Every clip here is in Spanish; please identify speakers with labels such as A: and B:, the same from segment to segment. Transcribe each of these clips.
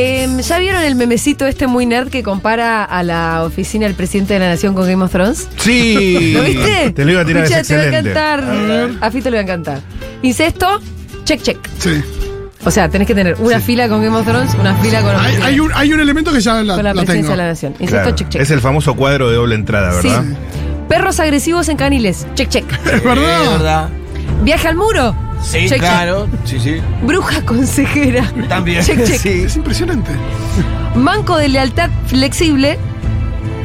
A: Em, el memecito este muy nerd que compara a la oficina del presidente de la nación con Game of Thrones?
B: Sí.
A: ¿Lo viste?
B: Te lo iba a tirar, es
A: Escuchá, te va a
B: excelente.
A: encantar. A Fito le va a encantar. Incesto, check, check.
C: Sí.
A: O sea, tenés que tener una fila con Game of Thrones, una fila con, la
C: Hay,
A: oficina-
C: hay un, hay un elemento que ya la,
A: con la
C: la
A: presidencia
C: tengo.
A: de la nación. Incesto,
B: Claro,
A: check, check.
B: Es el famoso cuadro de doble entrada,
A: Sí.
B: ¿verdad?
A: Perros agresivos en caniles, check, check.
C: Es verdad.
D: Eh, Es verdad.
A: Viaje al muro,
D: Sí,
A: Check, check.
D: claro. Sí, sí.
A: bruja consejera,
D: También.
A: Check, check.
D: Sí.
C: Es impresionante.
A: manco de lealtad flexible.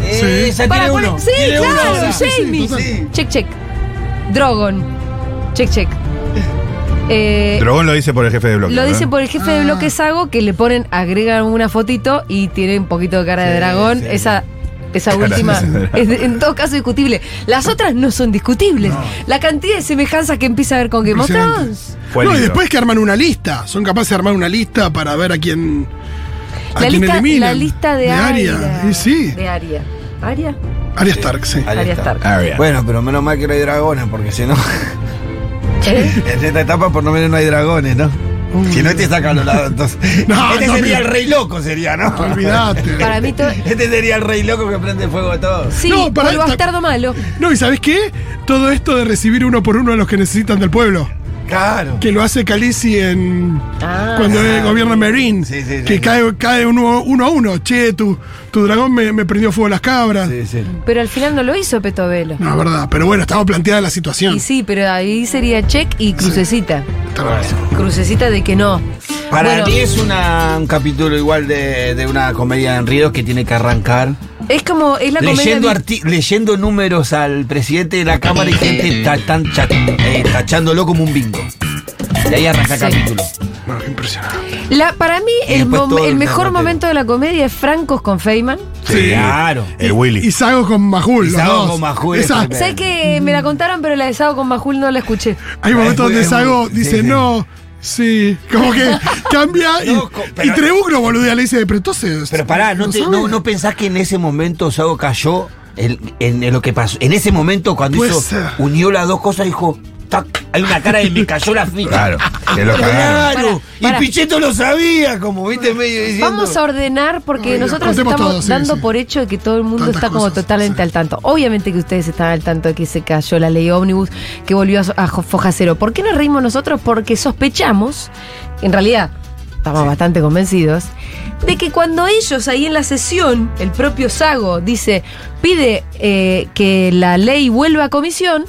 D: Eh, Esa
A: ¿Para
D: tiene
A: cuál-
D: uno.
A: Sí,
D: Tiene uno,
A: claro,
D: o sea.
C: sí,
A: Jamie.
C: total.
A: Check, check. Drogon. Check, check. Eh,
B: Dragón lo dice por el jefe de bloque.
A: lo
B: ¿verdad?
A: dice por el jefe de
C: Ah.
A: bloque Sago que le ponen, agregan una fotito y tiene un poquito de cara de
D: Sí,
A: dragón.
D: sí.
A: Esa. Esa
B: Cara de
A: última
B: dragón.
A: es de- en todo caso discutible. Las otras no son discutibles. La cantidad de semejanzas que empieza a ver con Game of
C: Impresionante.
A: Thrones.
B: Fue
C: no, y
B: lindo.
C: después que arman una lista. Son capaces de armar una lista para ver a quién. A
A: La
C: quién
A: lista,
C: eliminan.
A: la lista de,
C: Aria. Y sí.
A: De Aria. ¿Aria?
C: Aria Stark, sí.
D: Ahí
A: Aria
D: está.
C: Ah.
A: Stark.
B: Arya.
D: Bueno, pero menos mal que no hay dragones, porque si no,
A: ¿Eh?
D: en esta etapa por lo menos no hay dragones, ¿no? Si no, este te sacan los lados. Entonces,
C: No,
D: este
C: no, mira.
D: sería el rey loco, sería, ¿no?
C: Olvídate.
A: Para mí todo.
D: Este sería el rey loco que prende fuego a todos.
A: Sí,
C: No, para
A: o el
C: esta-
A: bastardo malo.
C: No, ¿y sabes qué? Todo esto de recibir uno por uno a los que necesitan del pueblo.
D: Claro.
C: Que lo hace Calisi en.
A: Ah.
C: cuando eh, gobierna Merín.
D: Sí, sí, sí,
C: que
D: sí.
C: cae, cae uno, uno a uno. Che, tu, tu dragón me, me prendió fuego las cabras.
D: Sí, sí.
A: Pero al final no lo hizo Petovelo.
C: No, es verdad. Pero bueno, estaba planteada la situación.
A: Y sí, pero ahí sería check y crucecita.
C: Tenés razón.
A: Crucecita de que no.
D: Para
A: Bueno,
D: mí es una- un capítulo igual de, de una comedia de enredos que tiene que arrancar.
A: es como, es la
D: leyendo,
A: comedia.
D: arti- leyendo números al presidente de la Cámara y gente ta- tan cha- eh, tachándolo como un bingo. Y ahí arranca el
A: Sí.
D: capítulo.
C: No, qué impresionante.
A: La, para mí,
D: Y
A: el,
D: después
A: mom-
D: todo
A: el
D: el
A: mejor
D: derrotero.
A: momento de la comedia es Francos con Feynman.
B: Sí.
D: Claro.
B: El
C: Y
B: Willy.
C: Sago con Majul.
D: Y
C: los
D: Sago
C: dos.
D: con Majul es
C: Esa-
D: tremendo.
A: Sé que me la contaron, pero la de Sago con Majul no la escuché.
C: hay momentos
D: Es muy-
C: donde
D: es muy-
C: Sago
D: sí,
C: dice,
D: sí.
C: no, sí. Como que cambia. y,
D: No, co- pero-
C: y Trebugno, boludea, le dice, pero entonces.
D: Pero pará, ¿no, te-
C: sabe?
D: no- no pensás que en ese momento Sago cayó en, en- en lo que pasó? En ese momento cuando
C: Puede
D: hizo,
C: ser.
D: unió las dos cosas, dijo, tac, hay una cara de me cayó la ficha.
B: Claro. Que lo cagaron.
D: Claro,
A: Pará, pará.
D: y Pichetto lo sabía, como viste medio diciendo.
A: Vamos a ordenar porque
C: Ay, no,
A: nosotros
C: contemos
A: estamos
C: todo, sí,
A: dando
C: sí.
A: por hecho de que todo el mundo
C: Tantas
A: está como
C: cosas,
A: totalmente
C: sí.
A: al tanto. Obviamente que ustedes están al tanto de que se cayó la ley ómnibus, que volvió a, so- a jo- foja cero. ¿Por qué nos reímos nosotros? Porque sospechamos, en realidad estamos bastante convencidos, de que cuando ellos ahí en la sesión, el propio Sago dice, pide eh, que la ley vuelva a comisión,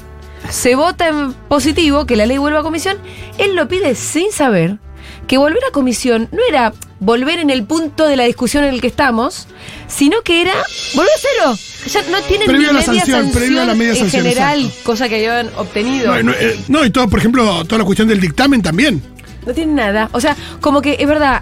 A: se vota en positivo, que la ley vuelva a comisión, él lo pide sin saber que volver a comisión no era volver en el punto de la discusión en el que estamos, sino que era volver a cero. Ya no tienen
C: Previo
A: ni
C: a la
A: media
C: sanción, previo a la media
A: en
C: sanción,
A: general,
C: exacto.
A: cosa que habían obtenido.
C: No,
A: No,
C: no, eh, no, y todo, por ejemplo, toda la cuestión del dictamen también.
A: tienen nada. O sea, como que es verdad,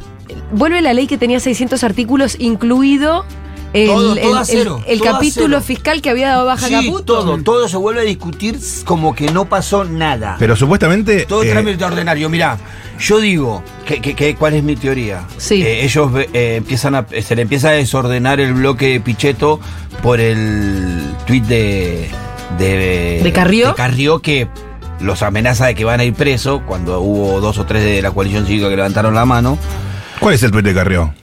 A: vuelve la ley que tenía 600 artículos, incluido el,
D: Todo, todo
A: el-
D: a
A: el-
D: cero,
A: el
D: todo a
A: capítulo
D: cero.
A: fiscal que había dado baja
D: Sí,
A: Caputo.
D: todo, todo se vuelve a discutir como que no pasó nada.
B: Pero supuestamente.
D: todo
B: eh,
D: trámite ordinario. Mirá, yo digo, que, que- que- ¿cuál es mi teoría?
A: Sí.
D: Eh, ellos ve- eh, empiezan a, se le empieza a desordenar el bloque de Pichetto por el tuit de, de.
A: ¿De Carrió?
D: Carrió que los amenaza de que van a ir presos cuando hubo dos o tres de la coalición cívica que levantaron la mano.
B: ¿Cuál es el tuit de Carrión?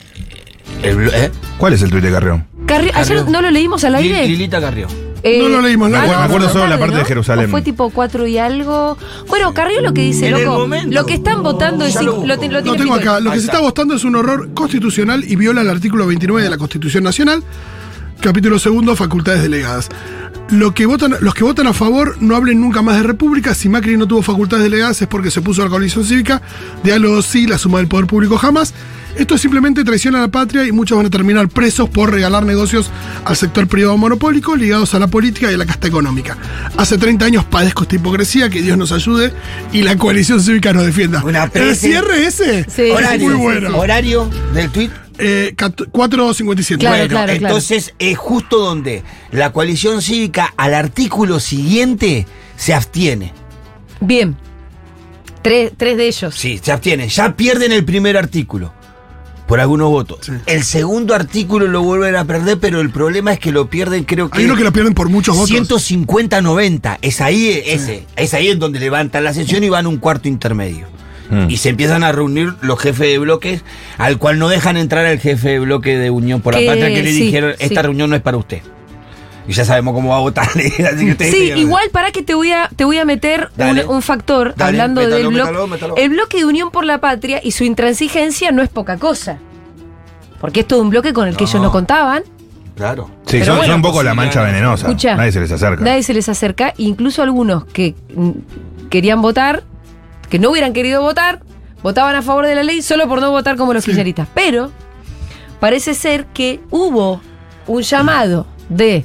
D: El blo- ¿eh?
B: ¿Cuál es el tuit de Carrión?
A: Carri- Ayer
D: Carrió.
A: no lo leímos al aire.
D: Lil- Lilita Carrió.
A: Eh,
C: No lo leímos, no,
A: ah,
C: me acuerdo-
B: me acuerdo
A: fue
B: solo la
A: tarde,
B: parte de Jerusalén.
A: O fue tipo 4 y algo. Bueno, Carrió lo que dice,
D: Mm, En el
A: loco.
D: momento.
A: Lo que están votando el
D: Ya
A: cinco-
D: lo busco.
A: lo, te- lo
C: Lo
A: tiene
C: tengo
A: Pico.
C: acá. Lo
D: Ahí
C: que se
D: está.
C: está votando es un horror constitucional y viola el artículo 29 de la Constitución Nacional, capítulo segundo, facultades delegadas. Lo que votan, los que votan a favor no hablen nunca más de república. Si Macri no tuvo facultades delegadas es porque se puso a la coalición cívica. Diálogo sí, la suma del poder público jamás. Esto es simplemente traición a la patria y muchos van a terminar presos por regalar negocios al sector privado monopólico ligados a la política y a la casta económica. Hace 30 años padezco esta hipocresía, que Dios nos ayude y la coalición cívica nos defienda.
D: Una
C: El
D: presen-
C: cierre ese
A: Eh, Sí.
C: es
D: horario,
C: muy bueno.
D: horario del tuit.
C: Eh, cat- 4.57.
A: Claro,
D: bueno,
A: claro, claro.
D: entonces es justo donde la coalición cívica al artículo siguiente se abstiene.
A: Bien. Tres, tres de ellos.
D: Sí, se abstienen. Ya pierden el primer artículo por algunos votos. El segundo artículo lo vuelven a perder, pero el problema es que lo pierden, creo que.
C: Hay uno que lo pierden por muchos votos.
D: eh, 150-90. Es ahí, ese, es ahí en donde levantan la sesión y van a un cuarto intermedio.
B: Mm.
D: Y se empiezan a reunir los jefes de bloques, al cual no dejan entrar al jefe de bloque de Unión por la
A: Que-
D: Patria, que le
A: sí,
D: dijeron,
A: sí.
D: esta reunión no es para usted. Y ya sabemos cómo va a votar. así que ustedes
A: Sí,
D: digan.
A: igual para que te voy a, te voy a meter
D: Dale.
A: un, un factor
D: Dale,
A: hablando
D: métalo,
A: del bloque.
D: métalo, métalo.
A: El bloque de Unión por la Patria y su intransigencia no es poca cosa. Porque es todo un bloque con el que ellos no
D: No.
A: contaban.
D: Claro.
B: Sí,
A: Pero
B: son,
A: bueno,
B: son un poco la mancha
D: posibilidades.
B: venenosa.
A: Escucha.
B: Nadie se les acerca.
A: Nadie se les acerca. Incluso algunos que mm, querían votar, que no hubieran querido votar, votaban a favor de la ley solo por no votar como los kirchneristas. Pero parece ser que hubo un llamado de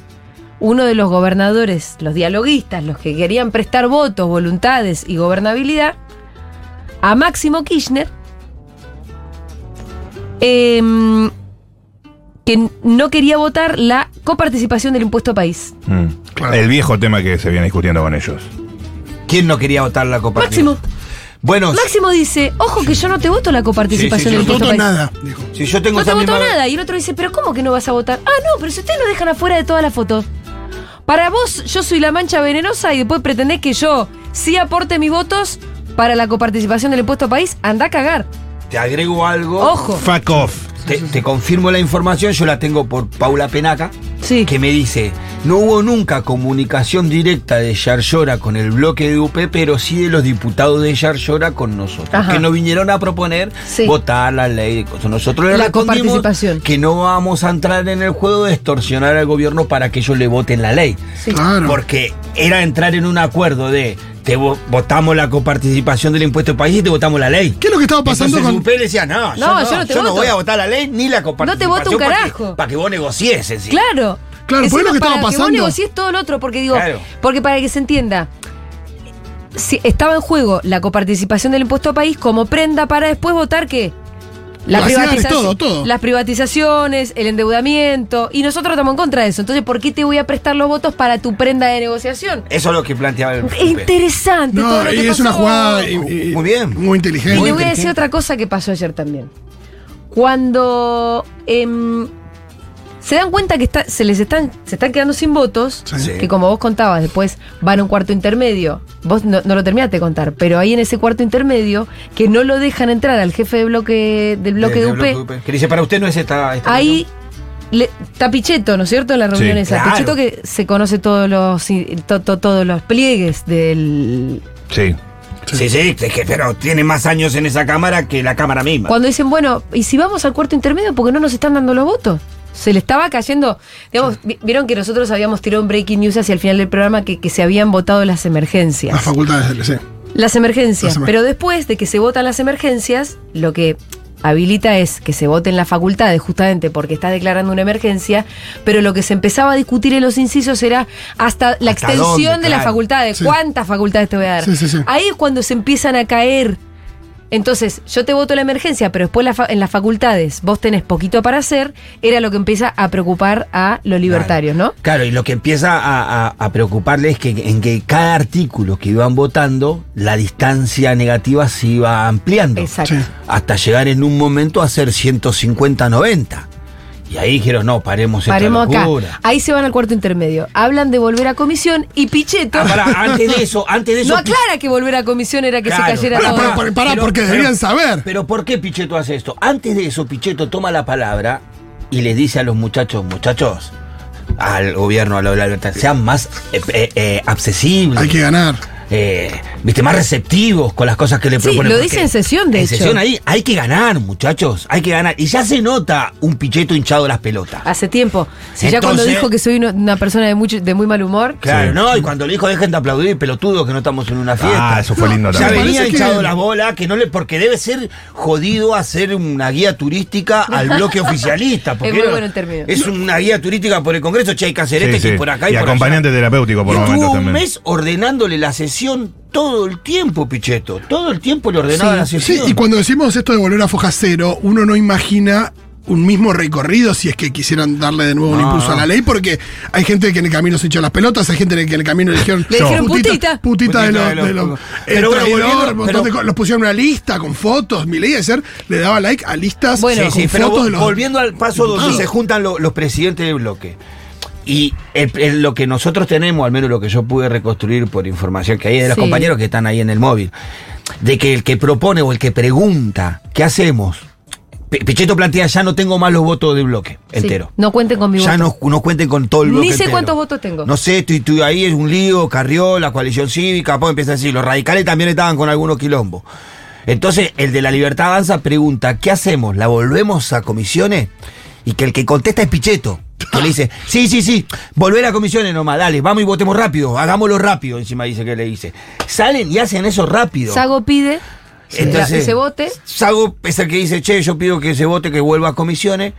A: uno de los gobernadores, los dialoguistas, los que querían prestar votos, voluntades y gobernabilidad, a Máximo Kirchner, em, que no quería votar la coparticipación del impuesto país.
B: Mm.
C: Claro.
B: El viejo tema que se viene discutiendo con ellos.
D: ¿Quién no quería votar la copa?
A: Máximo.
D: Bueno,
A: Máximo dice, ojo que yo no te voto la
D: Sí, sí,
A: coparticipación
D: sí,
A: del
C: No
D: sí,
A: impuesto
C: voto
A: país.
C: nada, dijo.
D: si yo tengo
A: No te
D: esa
A: voto
D: misma-
A: nada. Y el otro dice, pero ¿cómo que no vas a votar? Ah, no, pero si ustedes nos dejan afuera de todas las fotos. Para vos, yo soy la mancha venenosa y después pretendés que yo sí aporte mis votos para la coparticipación del impuesto país. Anda a cagar.
D: Te agrego algo.
A: Ojo.
B: Fuck off.
D: Te, te confirmo la información, yo la tengo por Paula Penaca,
A: Sí.
D: que me dice, no hubo nunca comunicación directa de Yarlora con el bloque de UP, pero sí de los diputados de Yarlora con nosotros,
A: Ajá.
D: que nos vinieron a proponer
A: Sí.
D: votar la ley de cosas. Nosotros le
A: La
D: respondimos
A: coparticipación.
D: que no vamos a entrar en el juego de extorsionar al gobierno para que ellos le voten la ley.
A: Sí.
C: Claro.
D: Porque era entrar en un acuerdo de te vo- votamos la coparticipación del impuesto al país y te votamos la ley.
C: ¿Qué es lo que estaba pasando
D: Entonces,
C: con.
D: UPE le decía, no, yo
A: No,
D: no,
A: yo no te
D: yo no
A: voto.
D: voy a votar la ley ni la
A: No te
D: coparticipación.
A: voto un
D: Para
A: carajo.
D: que, para que vos negocies encima.
A: Claro.
C: Claro, porque es lo que
A: Encima,
C: estaba
A: para Que vos
C: pasando.
A: negocies todo lo otro, porque digo,
D: Claro.
A: porque para que se entienda, si estaba en juego la coparticipación del impuesto país como prenda para después votar que la
C: Las ciudades,
A: privatización-
C: todo, todo.
A: las privatizaciones, el endeudamiento, y nosotros estamos en contra de eso. Entonces, ¿por qué te voy a prestar los votos para tu prenda de negociación?
D: Eso es lo que planteaba el
A: Es
D: Pepe.
A: Interesante. todo
C: Eh, No,
A: lo que
C: y es
A: pasó.
C: una jugada. y- y-
D: Muy bien.
C: Muy inteligente.
A: Y
D: Muy
A: le voy a decir
D: inteligente.
A: otra cosa que pasó ayer también. Cuando em, se dan cuenta que está- se les están, se están quedando sin votos,
D: Sí.
A: que como vos contabas, después van a un cuarto intermedio. Vos no, no lo terminaste de contar, pero ahí en ese cuarto intermedio, que no lo dejan entrar al jefe de bloque, del bloque
D: Del
A: de, UP,
D: Este bloque de UP. Que dice, para usted no es esta. esta
A: ahí le- está Pichetto, ¿no es cierto? En la reunión
B: Sí.
A: esa.
D: Claro.
A: Pichetto que se conoce todos los, to- to- todos los pliegues del,
B: Sí.
D: reunión. Sí, sí, es que, pero tiene más años en esa cámara que la cámara misma.
A: Cuando dicen, bueno, ¿y si vamos al cuarto intermedio? porque no nos están dando los votos? Se le estaba cayendo. Digamos, vi- vieron que nosotros habíamos tirado un breaking news hacia el final del programa que, que se habían votado las emergencias.
C: Las facultades del sí.
A: Las emergencias.
C: Las emer-
A: Pero después de que se votan las emergencias, lo que habilita es que se voten las facultades, justamente porque está declarando una emergencia, pero lo que se empezaba a discutir en los incisos era hasta la
D: ¿Hasta
A: extensión
D: dónde?
A: de las
D: Claro.
A: facultades.
C: Sí.
A: ¿Cuántas facultades te voy a dar?
C: Sí, sí, sí.
A: Ahí es cuando se empiezan a caer. Entonces, yo te voto la emergencia, pero después la fa- en las facultades vos tenés poquito para hacer, era lo que empieza a preocupar a los libertarios, ¿no?
D: Claro, y lo que empieza a, a- a preocuparle es que en que cada artículo que iban votando, la distancia negativa se iba ampliando.
A: Exacto.
C: Sí.
D: Hasta llegar en un momento a ser 150-90. Y ahí dijeron, no, paremos esta
A: Paremos acá.
D: locura.
A: Ahí se van al cuarto intermedio. Hablan de volver a comisión y Pichetto.
D: Ah, pará, antes de eso, antes de eso.
A: No aclara que volver a comisión era que se
D: Claro.
A: cayera
C: Pará,
A: todo.
C: pará, pará, pará,
D: Pero-
C: porque
D: pero-
C: deberían saber.
D: Pero ¿por qué Pichetto hace esto? Antes de eso, Pichetto toma la palabra y les dice a los muchachos, muchachos, al gobierno, a la la libertad, sean más eh, eh, eh, accesibles.
C: Hay que ganar.
D: eh, viste, más receptivos con las cosas que le
A: Sí,
D: proponen.
A: lo
D: porque
A: dice en sesión, de
D: en
A: hecho.
D: sesión ahí, hay que ganar, muchachos, hay que ganar. Y ya se nota un picheto hinchado las pelotas.
A: Hace tiempo. Si ya
D: Entonces-
A: cuando dijo que soy una- una persona de, mucho, de muy mal humor.
D: Claro,
B: Sí.
D: no, y cuando le dijo dejen de aplaudir, pelotudos, que no estamos en una fiesta.
B: Ah, eso fue lindo
D: Ya
C: Me
B: también.
D: venía
C: parece que-
D: hinchado la bola, que no le, porque debe ser jodido hacer una guía turística al bloque oficialista. Porque
A: Es muy
D: era-
A: bueno el término.
D: Es una guía turística por el Congreso, che, hay que hacer
B: Sí,
D: esto,
B: sí.
D: que este por acá y,
B: Y
D: por allá.
B: acompañante terapéutico por
D: Y
B: momentos
D: Estuvo un
B: también.
D: mes ordenándole la sesión todo el tiempo, Pichetto. Todo el tiempo le ordenaba
A: Sí.
D: la
C: Sí,
D: sesión.
C: y cuando decimos esto de volver a foja cero, uno no imagina un mismo recorrido si es que quisieran darle de nuevo un
D: No,
C: impulso a
D: no.
C: la ley, porque hay gente que en el camino se echó las pelotas, hay gente que en el camino le dijeron,
A: Le dijeron
C: putita,
A: putita.
C: de
D: Putita
C: los,
D: de los-
C: de los-
D: Pero
C: el
D: bueno,
C: traidor,
D: volviendo,
C: un montón de
D: pero-
C: co- los pusieron en una lista con fotos, mi ley ayer le daba like a listas
A: Bueno.
C: con
D: Sí, sí, pero
C: fotos de los
D: volviendo al paso donde
C: diputados.
D: se juntan lo- los presidentes de bloque. Y el- el- lo que nosotros tenemos, al menos lo que yo pude reconstruir por información que hay de los
A: Sí.
D: compañeros que están ahí en el móvil, de que el que propone o el que pregunta, ¿qué hacemos? Pe- Pichetto plantea, ya no tengo más los votos del bloque
A: Sí,
D: entero.
A: No cuenten con mi
D: Ya
A: voto.
D: no, no cuenten con todo el
A: Ni
D: bloque.
A: sé
D: entero.
A: cuántos votos tengo.
D: No sé, estoy, estoy ahí, es un lío, Carrió, la coalición cívica, después empieza a decir, los radicales también estaban con algunos quilombos. Entonces, el de la libertad avanza pregunta, ¿qué hacemos? ¿La volvemos a comisiones? Y que el que contesta es Picheto. Que le dice, sí, sí, sí, volver a comisiones nomás, dale, vamos y votemos rápido, hagámoslo rápido, encima dice que le dice. Salen y hacen eso rápido.
A: Sago pide que se vote.
D: Sago es el que dice, che, yo pido que se vote, que vuelva a comisiones.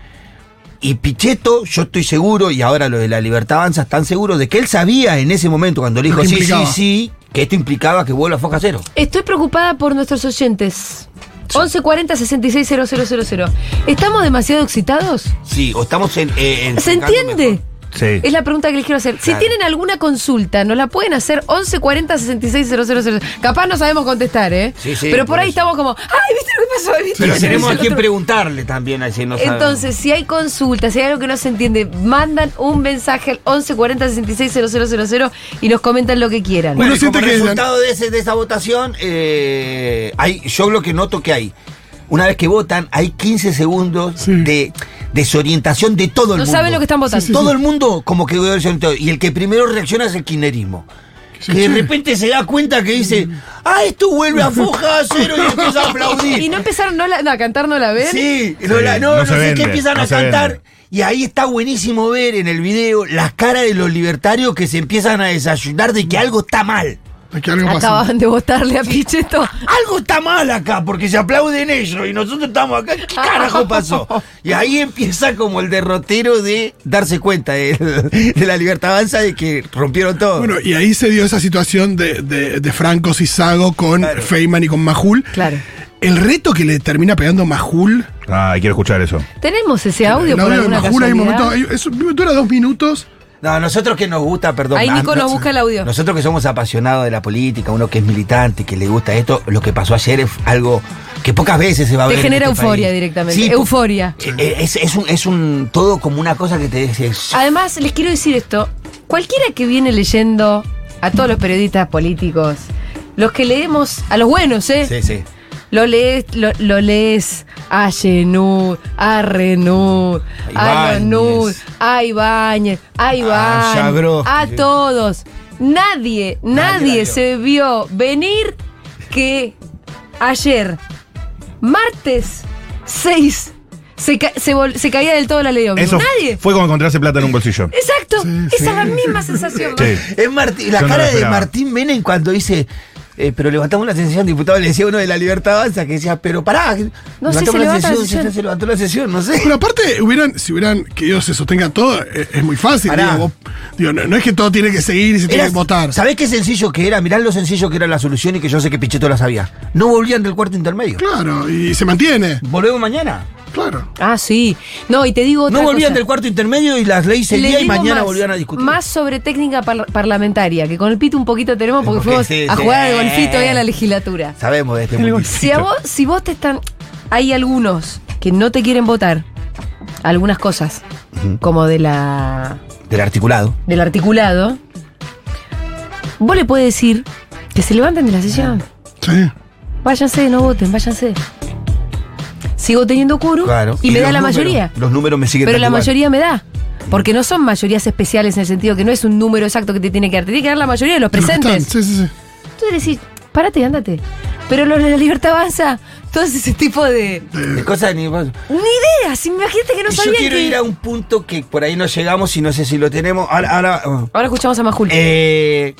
D: Y Pichetto, yo estoy seguro, y ahora los de la Libertad Avanza están seguros de que él sabía en ese momento, cuando le
C: Lo
D: dijo
C: que
D: sí, sí,
C: implicaba.
D: sí, que esto implicaba que vuelva a Foca Cero.
A: Estoy preocupada por nuestros oyentes. 1140-660000. ¿Estamos demasiado excitados?
D: Sí, o estamos en. eh, en-
A: ¿Se entiende?
B: Sí.
A: Es la pregunta que les quiero hacer. Si
D: Claro.
A: tienen alguna consulta, nos la pueden hacer 1140-660000. Capaz no sabemos contestar, ¿eh?
D: Sí, sí,
A: Pero por,
D: por
A: ahí
D: eso.
A: estamos como, ¡ay, viste lo que pasó! ¿Viste lo
D: Pero
A: que
D: tenemos
A: pasó?
D: a quien
A: Otro-
D: preguntarle también, así no sabemos.
A: Entonces, si hay consultas, si hay algo que no se entiende, mandan un mensaje al 1140-660000 y nos comentan lo que quieran.
C: Bueno,
D: Bueno,
C: uno
D: y como
C: siente que-
D: resultado de, ese- de esa votación, eh, hay, yo lo que noto que hay, una vez que votan, hay 15 segundos
C: Sí.
D: de desorientación de todo el
A: No
D: mundo.
A: saben lo que están votando. Sí, sí,
D: todo
A: sí.
D: el mundo como que quedó desorientado. Y el que primero reacciona es el kirchnerismo. Que de repente se da cuenta que dice, ah, esto vuelve a foja a cero y empieza a aplaudir.
A: Y no empezaron no la- a cantar, no la ven.
D: Sí, no,
B: Sí,
D: la- no,
B: no
D: no
B: se
D: sé
B: vende,
D: qué empiezan
B: no
D: a
B: se
D: cantar.
B: vende.
D: Y ahí está buenísimo ver en el video las caras de los libertarios que se empiezan a desayunar de que algo está mal.
C: Aquí algo pasa.
A: Acababan de votarle a Pichetto.
D: Algo está mal acá, porque se aplauden ellos y nosotros estamos acá. ¿Qué carajo pasó? Y ahí empieza como el derrotero de darse cuenta de, de la libertad avanza de que rompieron todo.
C: Bueno, y ahí se dio esa situación de, de, de Francos y Sago con Feynman y con Majul.
A: Claro.
C: El reto que le termina pegando Majul.
B: Ah, quiero escuchar eso.
A: Tenemos ese audio
C: el
A: por
C: audio de
A: alguna
C: Majul hay un
A: casualidad?
C: momento. hay- es- dura dos minutos.
D: No, nosotros que nos gusta, perdón.
A: Ahí
D: a-
A: Nico nos
D: nos-
A: busca el audio.
D: Nosotros que somos apasionados de la política, uno que es militante, que le gusta esto, lo que pasó ayer es algo que pocas veces se va a
A: Te
D: ver. en
A: genera
D: este
A: euforia
D: país.
A: directamente,
D: Sí,
A: euforia.
D: po- eh, Es, es un, es un todo como una cosa que te dice.
A: Además, les quiero decir esto. Cualquiera que viene leyendo a todos los periodistas políticos, los que leemos, a los buenos, ¿eh?
D: Sí, sí.
A: Lo lees, lo, lo lees a Genud, a Renud, a
D: Ibáñez.
A: Lonud, a Ibáñez, a Iván,
D: Jabrowski.
A: a todos. Nadie, nadie
D: Nadie la
A: se vio venir que ayer, martes 6, se, ca- se, vol- se caía del todo la ley ómnibus.
B: Eso
A: Nadie.
B: fue como encontrarse plata en un bolsillo.
A: Exacto. Esa es la misma sensación.
B: Sí.
D: Es Martín- la
B: Yo no
D: cara
B: lo
D: de
B: esperaba.
D: Martín Menem cuando dice. eh, pero levantamos la sesión, diputado, le decía uno de la libertad avanza que decía, pero pará,
A: No sé,
D: levantamos
A: se levanta la
D: sesión,
A: sesión.
D: se- se levantó la sesión, no sé.
C: Pero aparte, hubieran, si hubieran que ellos se sostenga todo, es, es muy fácil.
D: Pará.
C: Digo, vos- digo, no, no es que todo tiene que seguir y se tiene que votar.
D: ¿Sabés qué sencillo que era? Mirá lo sencillo que era la solución y que yo sé que Pichetto la sabía. No volvían del cuarto intermedio.
C: Claro, y se mantiene.
D: Volvemos mañana.
C: Claro.
A: Ah, sí. No, y te digo otra
D: No volvían
A: cosa.
D: del cuarto intermedio y las leyes
A: Le
D: seguían y
A: digo
D: mañana
A: más,
D: volvían a discutir.
A: Más sobre técnica par- parlamentaria, que con el pito un poquito tenemos porque
D: Porque
A: fuimos
D: sí,
A: a
D: sí.
A: jugar al golfito ahí a la legislatura.
D: Sabemos de este mundo.
A: Si, a vos, si vos te están. Hay algunos que no te quieren votar algunas cosas, como de la
D: Del articulado.
A: del articulado, vos le puedes decir que se levanten de la sesión.
C: Sí.
A: Váyanse, no voten, váyanse. Sigo teniendo curo y, me da
D: los
A: la
D: números-
A: mayoría.
D: Los números me siguen
A: Pero
D: dando
A: la
D: igual.
A: mayoría me da. Porque no son mayorías especiales en el sentido que no es un número exacto que te tiene que dar. Te tiene que dar la mayoría de los
C: De los que están,
A: presentes.
C: Sí, sí, sí.
A: Entonces decís, párate y ándate. Pero lo de la libertad avanza, todo ese tipo de.
D: De cosas ni-
A: Ni idea. Si imagínate que no
D: Y yo
A: sabían
D: quiero
A: que.
D: ir a un punto que por ahí no llegamos y no sé si lo tenemos. Ahora, ahora, oh.
A: Ahora escuchamos a Majul.
D: Eh,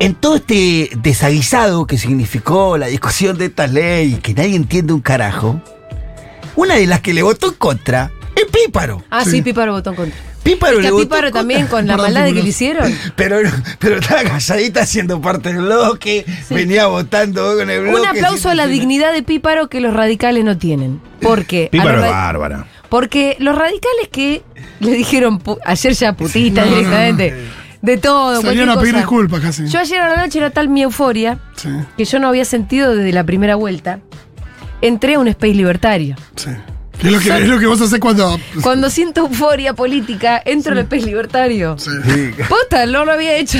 D: en todo este desaguisado que significó la discusión de esta ley, que nadie entiende un carajo, una de las que le votó en contra es Píparo.
A: ah, sí,
C: sí.
A: Píparo votó en contra.
D: Píparo
A: Es que
D: le
A: a
D: votó en
A: Píparo
D: contra.
A: también con la
C: Perdón,
A: maldad que le
C: Píparo.
A: hicieron.
D: Pero, pero estaba calladita siendo parte del bloque, venía votando con el bloque.
A: Un aplauso a la
D: siempre-
A: dignidad de Píparo que los radicales no tienen. Porque. a
B: Píparo
A: los ra-
B: es bárbara.
A: Porque los radicales que le dijeron pu- ayer ya putita
C: No, no,
A: directamente, de todo,
C: Salieron a
A: cualquier
C: pedir
A: cosa.
C: disculpas casi.
A: Yo ayer a la noche era tal mi euforia
C: Sí,
A: que yo no había sentido desde la primera vuelta. Entré a un space libertario.
C: sí. Es lo, que, es lo que vos hacés cuando.
A: Cuando siento euforia política, entro al space libertario.
C: Sí.
A: Posta, no lo había hecho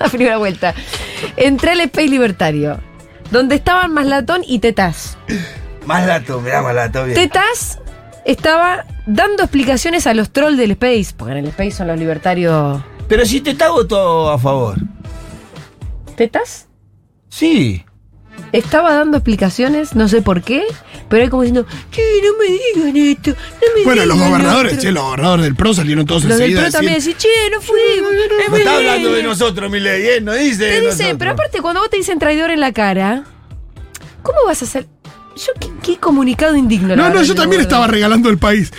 A: la primera vuelta. Entré al space libertario. donde estaban Maslatón y Tetaz.
D: Más lato, me da más lato. Bien.
A: Tetaz estaba dando explicaciones a los trolls del Space, porque en el Space son los libertarios.
D: Pero si te está votó a favor.
A: ¿Tetaz?
D: Sí.
A: Estaba dando explicaciones, no sé por qué, pero era como diciendo, che, no me digan esto, no me
C: Bueno,
A: digan
C: los
A: lo
C: gobernadores,
A: otro".
C: che, los gobernadores del PRO salieron todos
A: Los del
C: enseguida.
A: PRO también
C: a decir,
A: decían, che, no fuimos.
D: No está hablando de nosotros, mi ley, ¿eh? No dice. de
A: Te dicen,
D: nosotros.
A: pero aparte cuando vos te dicen traidor en la cara, ¿cómo vas a hacer? Yo qué, qué comunicado indigno. la
C: No, no,
A: verdad,
C: yo también
A: boludo.
C: estaba regalando el país.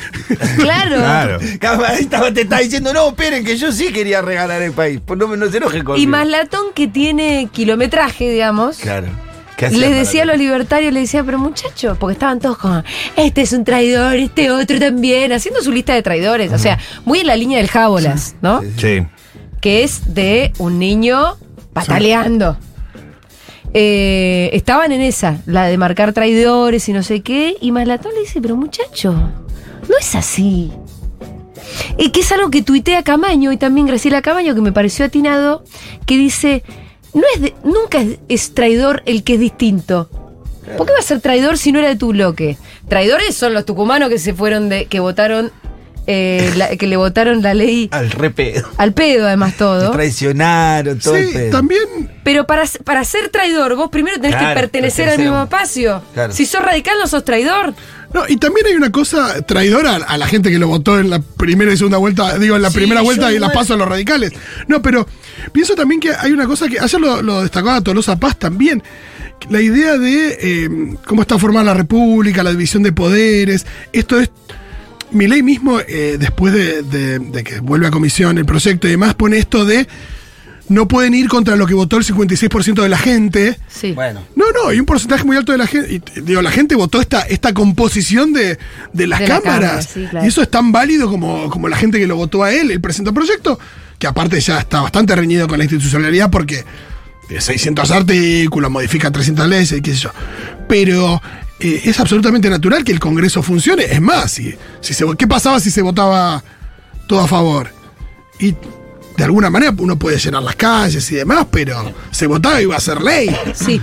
A: Claro.
B: Claro.
D: Capaz estaba- te está diciendo, no, esperen, que yo sí quería regalar el país. Pues no, me- no se enojen conmigo.
A: Y Maslatón que tiene kilometraje, digamos.
D: Claro. ¿Qué hacía
A: Les
D: para
A: decía a
D: mí?
A: los libertarios, les decía, pero muchachos, porque estaban todos como, este es un traidor, este otro también, haciendo su lista de traidores. O sea, muy en la línea del Jábolas, ¿no?
B: Sí.
A: que es de un niño pataleando. Eh, estaban en esa, la de marcar traidores y no sé qué, y Maslatón le dice, pero muchacho, no es así. Y que es algo que tuitea Camaño y también Graciela Camaño, que me pareció atinado, que dice, no es de- nunca es, es traidor el que es distinto. ¿Por qué va a ser traidor si no era de tu bloque? Traidores son los tucumanos que se fueron de, que votaron, eh, la- que le votaron la ley
D: Al re pedo.
A: al pedo además
D: Te
A: todo.
D: traicionaron, todo el
C: Sí,
D: pedo.
C: también.
A: Pero para, para ser traidor, vos primero tenés que
D: Claro,
A: pertenecer al
D: pertenecer a
A: mismo
D: un-
A: espacio.
D: Claro.
A: Si sos radical, no sos traidor.
C: No, y también hay una cosa traidora a la gente que lo votó en la primera y segunda vuelta, digo, en la
A: Sí,
C: primera
A: yo
C: vuelta y en las
A: igual-
C: paso a los radicales. No, pero pienso también que hay una cosa que ayer lo, lo destacaba Tolosa Paz también. La idea de eh, cómo está formada la república, la división de poderes, esto es Milei mismo, eh, después de, de- de que vuelve a comisión el proyecto y demás, pone esto de no pueden ir contra lo que votó el 56% de la gente.
A: Sí.
D: Bueno.
C: No, no, y un porcentaje muy alto de la gente. y, t- digo, la gente votó esta, esta composición de, de las
A: De la
C: cámaras.
A: Cámara, sí, claro.
C: Y eso es tan válido como, como la gente que lo votó a él. Él presentó proyecto, que aparte ya está bastante reñido con la institucionalidad porque eh, tiene 600 artículos, modifica 300 leyes, y qué sé yo. Pero eh, es absolutamente natural que el Congreso funcione. Es más, si, si se, vo- ¿qué pasaba si se votaba todo a favor? Y de alguna manera uno puede llenar las calles y demás, pero se votaba y iba a ser ley.
A: Sí.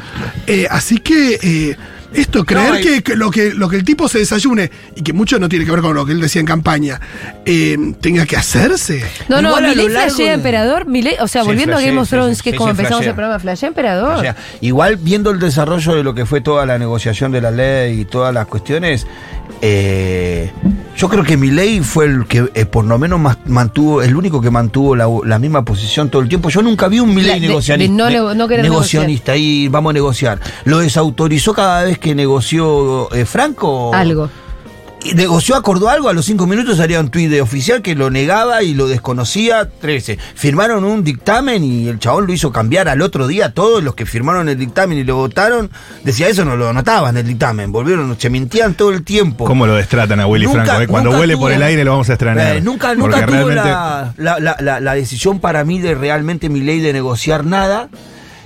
C: Eh, así que eh, esto, creer
D: hay-
C: que, que lo que lo que el tipo se desayune, y que mucho no tiene que ver con lo que él decía en campaña, eh, tenga que hacerse.
A: No, no,
D: Igual a
A: mi
D: lo
A: ley
D: largo
A: flashea
D: de-
A: emperador, Milei- o sea,
D: Sí,
A: volviendo a
D: flashea,
A: Game of
D: sí,
A: Thrones,
D: sí,
A: que es
D: sí,
A: como
D: sí,
A: empezamos
D: flashea.
A: el programa, flashea emperador.
D: O sea, igual viendo el desarrollo de lo que fue toda la negociación de la ley y todas las cuestiones, eh, yo creo que Milei fue el que eh, por lo menos más- mantuvo, el único que mantuvo la, la misma posición todo el tiempo. Yo nunca vi un Milei
A: La- de-
D: negocianista.
A: de no nego- no querer
D: negocionista, ahí vamos a negociar. ¿Lo desautorizó cada vez que negoció eh, Franco?
A: Algo.
D: Y negoció, acordó algo, a los cinco minutos salía un tuit de oficial que lo negaba y lo desconocía 13. Firmaron un dictamen y el chabón lo hizo cambiar al otro día. Todos los que firmaron el dictamen y lo votaron, decía eso, no lo anotaban el dictamen. Volvieron, se mintían todo el tiempo.
B: ¿Cómo lo destratan a Willy
D: Nunca-
B: Franco? eh? Cuando
D: nunca
B: huele por
D: tuvo-
B: el aire lo vamos a extrañar.
D: Eh, nunca
B: Porque
D: nunca tuvo
B: realmente-
D: la, la- la- la- la decisión para mí de realmente mi ley de negociar nada,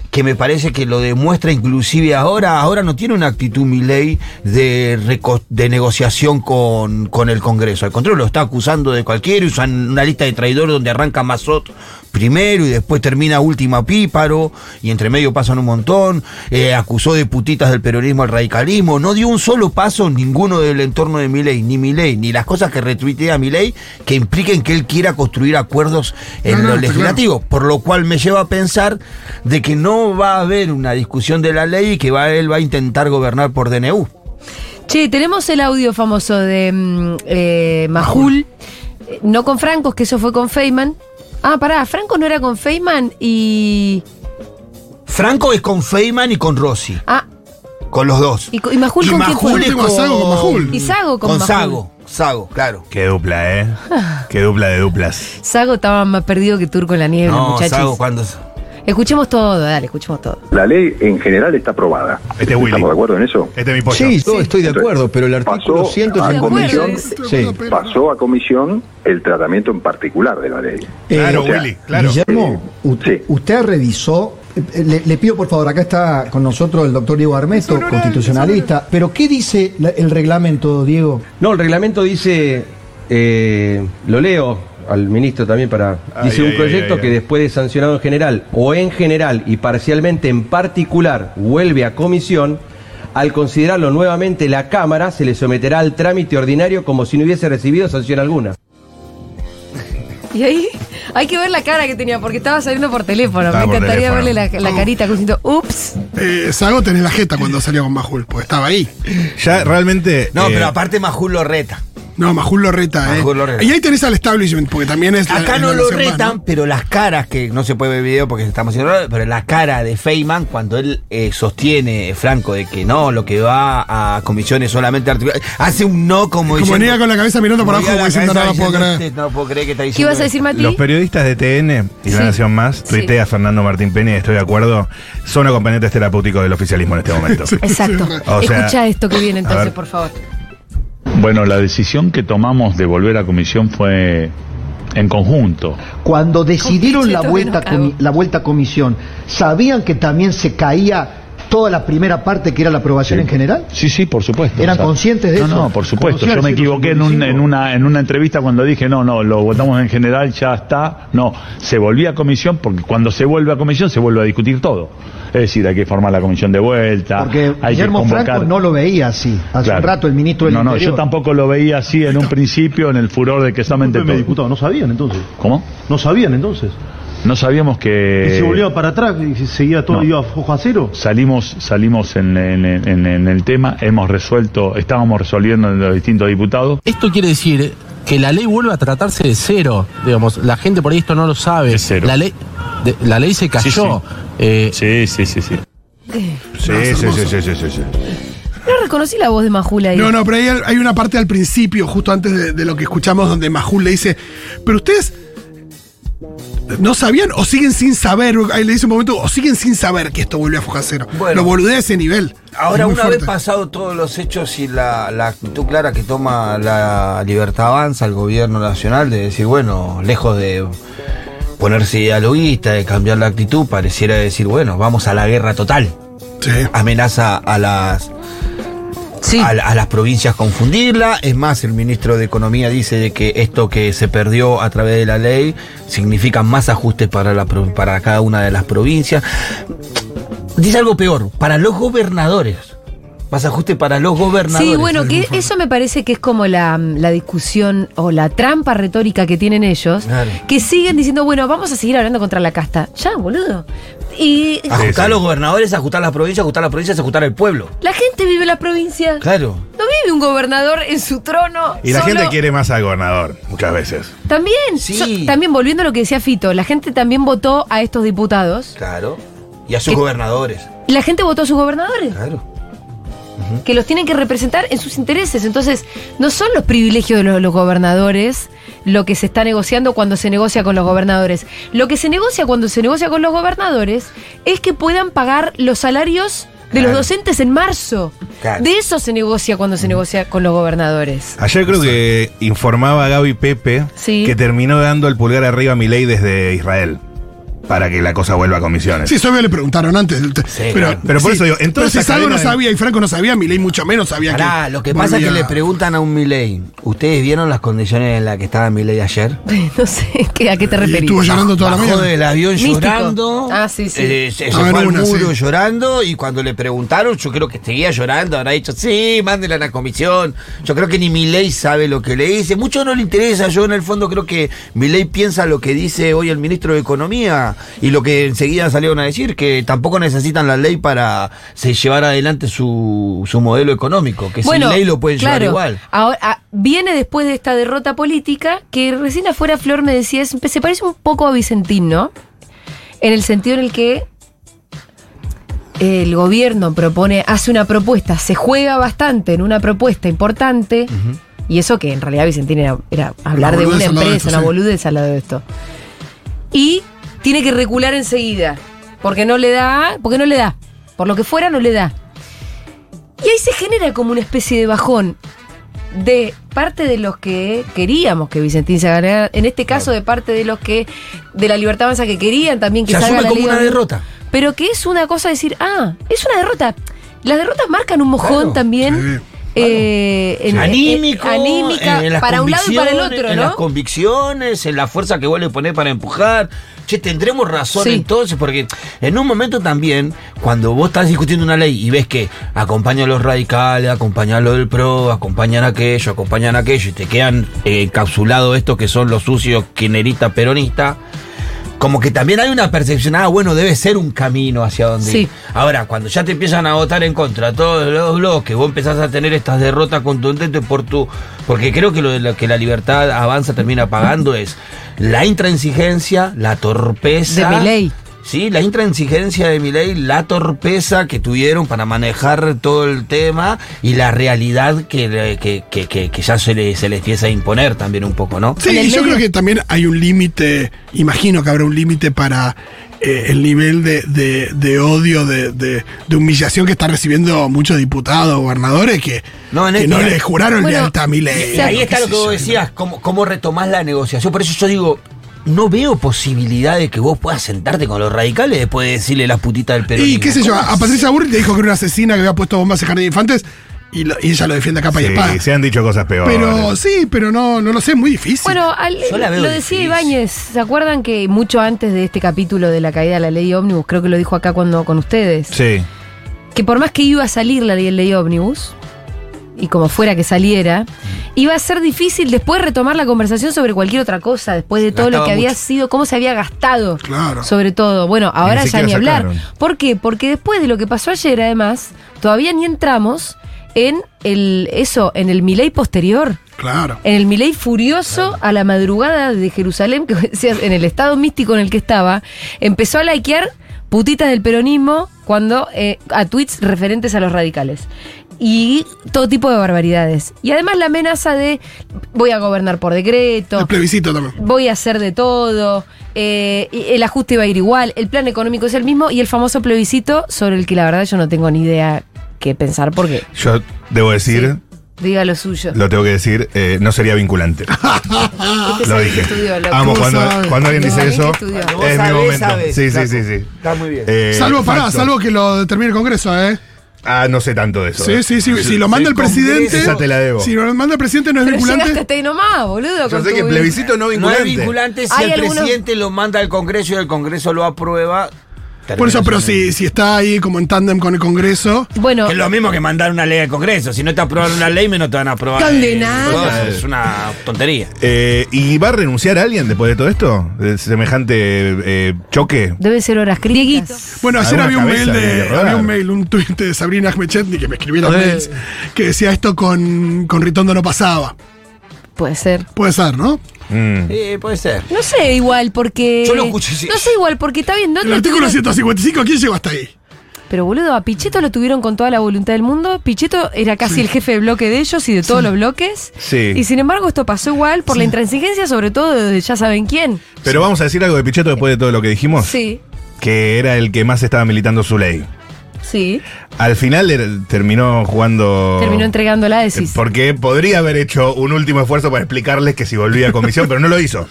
D: que me parece que lo demuestra inclusive ahora. Ahora no tiene una actitud mi ley de, reco- de negociación con, con el Congreso. Al contrario, lo está acusando de cualquiera, usan una lista de traidor donde arranca Mazot primero y después termina última píparo y entre medio pasan un montón, Eh, acusó de putitas del peronismo al radicalismo, no dio un solo paso ninguno del entorno de Milei, ni Milei, ni las cosas que retuitea Milei que impliquen que él quiera construir acuerdos en
C: No, no,
D: lo
C: está
D: legislativo, por lo cual me lleva a pensar de que no va a haber una discusión de la ley y que va, él va a intentar gobernar por DNU.
A: Che, tenemos el audio famoso de mm, eh, Majul, Eh, no con Francos, que eso fue con Feynman. Ah, pará, Francos no era con Feynman y...
D: Franco es con Feynman y con Rossi,
A: Ah,
D: con los dos.
A: y, co- y Majul
C: Y
A: con quién
C: Majul
A: fue?
C: es con Sago, con Majul.
A: Y Sago con
D: Con
A: Majul.
D: Sago, Sago, claro.
B: Qué dupla, ¿eh? Qué dupla de duplas.
A: Sago estaba más perdido que Turco en la niebla,
D: No,
A: muchachos.
D: Sago cuando...
A: Escuchemos todo, dale, escuchemos todo.
E: La ley en general está aprobada.
B: Este es Willy.
E: ¿Estamos de acuerdo en eso?
B: Este es mi pollo.
F: Sí, yo estoy de
E: Entonces,
F: acuerdo, pero el artículo
E: pasó a
F: 150.
E: comisión.
F: Sí.
E: Pasó a comisión el tratamiento en particular de la ley.
B: Claro,
F: Eh,
B: Willy, claro.
F: Guillermo,
G: Eh,
E: Sí.
F: ut- usted revisó, eh, le, le pido por favor, acá está con nosotros el doctor Diego Armesto, constitucionalista, pero ¿qué dice la- el reglamento, Diego?
H: No, el reglamento dice, eh, lo leo, al ministro también para...
B: Ay,
H: Dice
B: ay,
H: un
B: ay,
H: proyecto
B: ay,
H: que
B: ay.
H: después de sancionado en general o en general y parcialmente en particular vuelve a comisión, al considerarlo nuevamente la Cámara se le someterá al trámite ordinario como si no hubiese recibido sanción alguna.
A: Y ahí hay que ver la cara que tenía, porque estaba saliendo por teléfono. Me
B: Estaba por
A: encantaría
B: teléfono.
A: verle la, la carita, como diciendo, ups.
C: Eh, Sago tenés la jeta cuando salía con Majul, pues estaba ahí.
B: Ya realmente.
D: No,
B: eh,
D: pero aparte Majul lo reta.
C: No, Majul lo reta, ¿eh?
D: Majul lo reta.
C: Y ahí tenés al establishment, porque también es. la-
D: Acá
C: es
D: no
C: la
D: lo
C: nación más,
D: retan,
C: ¿no?
D: pero las caras que no se puede ver video porque estamos haciendo, pero la cara de Feynman cuando él eh, sostiene Franco de que no, lo que va a comisiones solamente articuladas, hace un no como
C: Como
D: diciendo-
C: venía con la cabeza mirando para
D: como
C: abajo, como
D: venía
C: diciendo,
D: la
C: no
D: cabeza
C: lo puedo
D: diciendo,
C: creer.
D: "Este no puedo creer que está
A: ¿Qué
D: diciendo.
A: ibas a decir, Mati?
B: Los periodistas de TN y
A: Sí.
B: La Nación Más,
A: Sí.
B: tuitea a Fernando Martín Pena y estoy de acuerdo, son acompañantes terapéuticos del oficialismo en este momento.
A: Exacto.
B: O sea,
A: Escucha esto que viene
B: a
A: entonces,
B: ver.
A: por favor.
G: Bueno, la decisión que tomamos de volver a comisión fue en conjunto.
I: Cuando decidieron la
A: Conchito,
I: vuelta,
A: que no cago.
I: comi- la vuelta a comisión, ¿sabían que también se caía toda la primera parte que era la aprobación en general?
G: Sí, sí, por supuesto.
I: ¿Eran conscientes de
G: no,
I: eso?
G: No, por supuesto.
I: ¿Conocían
G: Yo me
I: el
G: equivoqué en, un-
I: 155?
G: en una, en una entrevista cuando dije, no, no, lo votamos en general, ya está. No, se volvía a comisión porque cuando se vuelve a comisión se vuelve a discutir todo. Es decir, hay que formar la comisión de vuelta.
I: Porque
G: hay
I: Guillermo
G: que convocar...
I: Franco no lo veía así. Hace un
G: Claro.
I: rato el ministro del
G: No, no, yo
I: Interior.
G: tampoco lo veía así en un principio, en el furor de que solamente...
J: me
G: todo.
J: diputado, no sabían entonces.
G: ¿Cómo?
J: No sabían entonces.
G: No sabíamos que...
J: Y se volvía para atrás y se- seguía todo
G: Eh, no.
J: iba ojo a cero.
G: Salimos, salimos en, en- en- en el tema, hemos resuelto, estábamos resolviendo en los distintos diputados.
K: Esto quiere decir que la ley vuelve a tratarse de cero, digamos, la gente por ahí esto no lo sabe.
G: De cero.
K: La ley, de- la ley se cayó.
G: Sí,
K: Eh,
G: Sí, sí, sí, sí.
B: Sí, sí, sí, sí, sí, sí, sí.
A: Eh, No reconocí la voz de Majula ahí.
C: No, no, pero ahí hay, hay una parte al principio, justo antes de, de lo que escuchamos, donde Majul le dice, pero ustedes no sabían o siguen sin saber, ahí le dice un momento, o siguen sin saber que esto vuelve a Fojacero.
D: Bueno.
C: lo boludea a ese nivel.
D: Ahora,
C: Es muy
D: una
C: fuerte.
D: vez pasado todos los hechos y la, la actitud clara que toma la Libertad Avanza, el gobierno nacional, de decir, bueno, lejos de ponerse dialoguista, de cambiar la actitud, pareciera decir, bueno, vamos a la guerra total.
C: Sí.
D: Amenaza a las,
A: Sí.
D: a, la- a las provincias confundirla. Es más, el ministro de Economía dice de que esto que se perdió a través de la ley significa más ajustes para, la pro- para cada una de las provincias. Dice algo peor, para los gobernadores. Más ajustes para los gobernadores.
A: Sí, bueno, que eso me parece que es como la, la discusión o la trampa retórica que tienen ellos,
D: Claro.
A: que siguen diciendo, bueno, vamos a seguir hablando contra la casta. Ya, boludo. Y
D: Ajustar
B: Sí, sí.
D: a los gobernadores, ajustar las provincias, ajustar las provincias, ajustar el pueblo.
A: la gente vive en la provincia.
D: Claro.
A: No vive un gobernador en su trono.
B: Y la
A: solo.
B: gente quiere más al gobernador, muchas veces.
A: También,
D: Sí.
A: yo- también volviendo a lo que decía Fito, la gente también votó a estos diputados.
D: Claro. Y a sus
A: ¿Qué?
D: gobernadores.
A: La gente votó a sus gobernadores.
D: Claro.
A: que los tienen que representar en sus intereses. Entonces, no son los privilegios de los, los gobernadores lo que se está negociando cuando se negocia con los gobernadores. Lo que se negocia cuando se negocia con los gobernadores es que puedan pagar los salarios de los
D: Claro.
A: docentes en marzo.
D: Claro. Mm.
A: De eso se negocia cuando se negocia con los gobernadores.
B: Ayer creo que informaba Gaby Pepe
A: Sí.
B: que terminó dando el pulgar arriba a Milei desde Israel para que la cosa vuelva a comisiones.
C: Sí, eso obvio le preguntaron antes.
D: claro.
B: Pero por
C: sí,
B: eso digo, en toda
C: pero si
B: esa
C: Sago no
B: cadena de-
C: sabía y Franco no sabía, Milei mucho menos sabía
D: Pará,
C: que.
D: lo que pasa es que
C: volvía-
D: le preguntan a un Milei. ¿Ustedes vieron las condiciones en las que estaba Milei ayer?
A: No sé ¿qué- a qué te
C: Y
A: referís.
C: estuvo llorando toda la
D: Bajó
C: mañana.
D: del avión
A: Místico.
D: llorando.
A: Ah, sí, sí.
D: eh, se se
C: Ah,
D: fue
C: era
D: al
C: una,
D: muro
C: sí.
D: llorando y cuando le preguntaron, yo creo que seguía llorando, habrá dicho, sí, mándela a la comisión. Yo creo que ni Milei sabe lo que le dice. Mucho no le interesa. Yo en el fondo creo que Milei piensa lo que dice hoy el ministro de Economía y lo que enseguida salieron a decir, que tampoco necesitan la ley para se llevar adelante su, su modelo económico, que sin ley lo pueden
A: claro,
D: llevar igual.
A: Ahora, ah, viene después de esta derrota política que recién afuera Flor me decía, es- se parece un poco a Vicentín, ¿no? En el sentido en el que el gobierno propone, hace una propuesta, se juega bastante en una propuesta importante. Y eso que en realidad Vicentín era, era hablar
C: Una
A: de una
C: boludez al lado de
A: empresa,
C: esto,
A: una
C: sí.
A: boludez al lado de esto. Y tiene que recular enseguida. Porque no le da, porque no le da. Por lo que fuera no le da. Y ahí se genera como una especie de bajón de parte de los que queríamos que Vicentín se ganara, en este caso de parte de los que de la Libertad Avanza que querían también que
D: Se
A: salga
D: asume
A: la
D: como
A: ley
D: una
A: Omnibus.
D: derrota.
A: Pero que es una cosa decir, ah, es una derrota. Las derrotas marcan un mojón
D: Claro.
A: también eh, en-
D: anímico,
A: eh, anímica
D: en las
A: para un lado y para el
D: convicciones,
A: otro,
D: en las
A: ¿no?
D: convicciones, en la fuerza que vos le ponés para empujar. Che, tendremos razón
A: Sí.
D: entonces, porque en un momento también, cuando vos estás discutiendo una ley y ves que acompañan a los radicales, acompañan a los del PRO, acompañan a aquello, acompañan a aquello, y te quedan eh, encapsulados estos que son los sucios kirchneristas peronistas, como que también hay una percepción, ah, bueno, debe ser un camino hacia donde
A: Sí.
D: ir. Ahora, cuando ya te empiezan a votar en contra todos los bloques, vos empezás a tener estas derrotas contundentes por tu. Porque creo que lo, de lo que la libertad avanza termina pagando es la intransigencia, la torpeza.
A: De Milei.
D: Sí, la intransigencia de Milei, la torpeza que tuvieron para manejar todo el tema y la realidad que, le- que, que- que- que ya se, le- se les empieza a imponer también un poco, ¿no?
C: Sí, y yo creo que también hay un límite, imagino que habrá un límite para eh, el nivel de, de- de odio, de, de- de humillación que están recibiendo muchos diputados, gobernadores que
D: No,
C: que no,
D: en este-
C: le juraron
D: Bueno,
C: lealtad a Milei.
D: Y ahí está lo que vos decías, cómo, cómo retomás la negociación. Por eso yo digo, no veo posibilidad de que vos puedas sentarte con los radicales después de decirle las putitas del peronismo.
C: Y qué sé yo, a a Patricia Burri le dijo que era una asesina que había puesto bombas en Jardín de Infantes y, lo- y ella lo defiende a capa y espada.
B: Sí, se han dicho cosas peores.
C: Pero sí, pero no, no lo sé, es muy difícil.
A: Bueno, al-
C: Yo la veo
A: lo decía Ibáñez, ¿se acuerdan que mucho antes de este capítulo de la caída de la ley ómnibus, creo que lo dijo acá cuando con ustedes,
B: Sí.
A: que por más que iba a salir la ley, ley ómnibus, y como fuera que saliera,
L: Mm.
A: iba a ser difícil después retomar la conversación sobre cualquier otra cosa, después de todo lo
L: Gastaba
A: que había
L: mucho.
A: sido, cómo se había gastado,
L: Claro.
A: sobre todo. Bueno, ahora ya
L: siquiera
A: ni hablar.
L: sacaron.
A: ¿Por qué? Porque después de lo que pasó ayer, además, todavía ni entramos en el eso, en el Milei posterior.
C: Claro.
A: En el Milei furioso a la madrugada de Jerusalén, que vos decías, en el estado místico en el que estaba, empezó a likear putitas del peronismo cuando eh, a tweets referentes a los radicales. Y todo tipo de barbaridades. Y además la amenaza de voy a gobernar por decreto.
C: El plebiscito también.
A: Voy a hacer de todo. eh, y el ajuste va a ir igual. El plan económico es el mismo. Y el famoso plebiscito sobre el que la verdad yo no tengo ni idea qué pensar porque
B: Yo debo decir,
A: diga lo suyo.
B: lo tengo que decir, eh, no sería vinculante.
A: Este
B: Ah, lo
A: es el que
B: dije.
A: estudió, lo
B: Vamos,
A: puso. Este
B: cuando, cuando alguien
A: No,
B: dice
A: alguien
B: eso,
A: que estudió.
D: Cuando vos
B: es mi
D: sabés,
B: momento.
D: sabés,
B: sí, sí,
D: flaco.
B: sí, sí.
D: Está muy bien.
B: Eh,
C: salvo, pará,
B: facto.
C: salvo que lo determine el Congreso, ¿eh?
B: Ah, no sé tanto de eso.
C: Sí,
B: eh.
C: sí, sí, si lo manda el
B: Congreso,
C: presidente-
B: Esa te la debo.
C: Si lo manda el presidente no es
A: Pero
C: vinculante.
A: llegaste hasta ahí nomás, boludo.
B: Yo
A: con
B: sé
A: tu
B: que
A: vi-
B: plebiscito no vinculante.
D: No es vinculante si
A: Hay
D: el
A: algunos-
D: presidente lo manda al Congreso y el Congreso lo aprueba.
C: Por eso,
D: termina
C: pero
D: siendo-
C: si, si está ahí como en tándem con el Congreso.
A: Bueno.
D: Que es lo mismo que mandar una ley al Congreso. Si no te aprobaron una ley, menos te van a aprobar. eh,
A: Condenado.
D: cosas. Es una tontería.
B: Eh, ¿Y va a renunciar alguien después de todo esto? ¿De semejante eh, choque?
A: Deben ser horas críticas.
C: Bueno, ayer
B: Alguna
C: había un mail
B: cabeza
C: de,
B: tiene que rodar.
C: había un mail, un tuit de Sabrina Chetney que me escribía los
B: Eh.
C: mails que decía esto con, con Ritondo no pasaba.
A: Puede ser.
C: Puede ser, ¿no?
B: Mm.
D: Sí, puede ser.
A: No sé, igual, porque.
D: Yo lo escuché, sí.
A: No sé, igual, porque está bien. ¿dónde
C: El artículo
A: tuvieron-
C: 155, ¿quién llegó hasta ahí?
A: Pero boludo, a Pichetto lo tuvieron con toda la voluntad del mundo. Pichetto era casi el jefe de bloque de ellos y de todos los bloques.
B: Sí.
A: Y sin embargo, esto pasó igual por la intransigencia, sobre todo de ya saben quién.
B: Pero vamos a decir algo de Pichetto después de todo lo que dijimos.
A: Sí,
B: Que era el que más estaba militando su ley.
A: sí.
B: Al final era- terminó jugando.
A: Terminó entregando la
B: Oh. Eh,
A: decis.
B: Porque podría haber hecho un último esfuerzo para explicarles que si volvía a comisión, pero no lo hizo.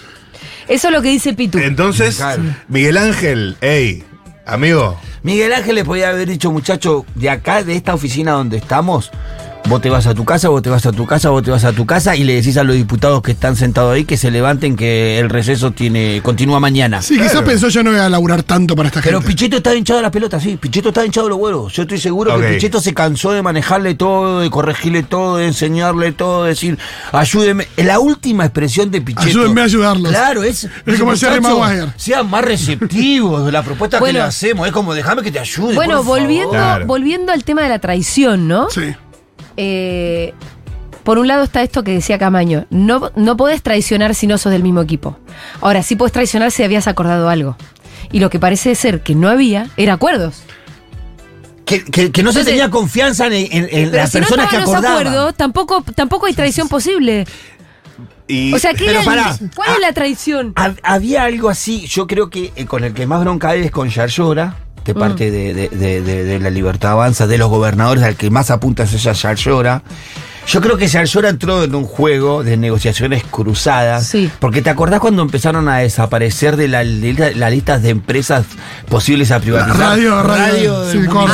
A: Eso es lo que dice Pitu.
B: Eh, Entonces, Miguel Ángel, hey, amigo,
D: Miguel Ángel le podía haber dicho, muchacho, de acá, de esta oficina donde estamos, vos te vas a tu casa, vos te vas a tu casa, vos te vas a tu casa, y le decís a los diputados que están sentados ahí que se levanten, que el receso tiene continúa mañana.
C: Sí, quizás pensó yo no voy a laburar tanto para esta
D: Pero
C: gente.
D: Pichetto está hinchado de las pelotas, sí. Pichetto está hinchado de los huevos. Yo estoy seguro
B: Ok.
D: que Pichetto se cansó de manejarle todo, de corregirle todo, de enseñarle todo, de decir, ayúdeme. La última expresión de Pichetto.
C: Ayúdenme a ayudarlos.
D: Claro, es.
C: Es como
D: dice,
C: Jerry
D: "Muchacho,
C: Maguire".
D: Sean más receptivos de la propuesta
A: Bueno.
D: que le hacemos. Es como, déjame que te ayude.
A: Bueno,
D: por favor".
A: volviendo, volviendo al tema de la traición, ¿no?
C: Sí.
A: Eh, por un lado está esto que decía Camaño, no, no podés traicionar si no sos del mismo equipo. Ahora, sí podés traicionar si habías acordado algo. Y lo que parece ser que no había era acuerdos.
D: Que, que- que no se
A: Entonces-
D: tenía confianza en, en- en
A: Pero
D: las
A: si no
D: personas que
A: estaban los
D: acordaban.
A: acuerdos, tampoco, tampoco hay traición posible.
B: y
A: O sea, ¿qué
D: Pero
A: era el-
D: pará. Ah.
A: ¿cuál es la traición?
D: Hab- había algo así, yo creo que eh, con el que más bronca hay es con Yarlora, de
A: Mm.
D: parte de, de- de- de- de la Libertad Avanza, de los gobernadores, al que más apunta es ella Yarlora. Yo creo que Yarlora entró en un juego de negociaciones cruzadas. Porque te acordás cuando empezaron a desaparecer de la, lista- las listas de empresas posibles a privatizar.
C: Radio, radio, sí,
D: de
C: corre.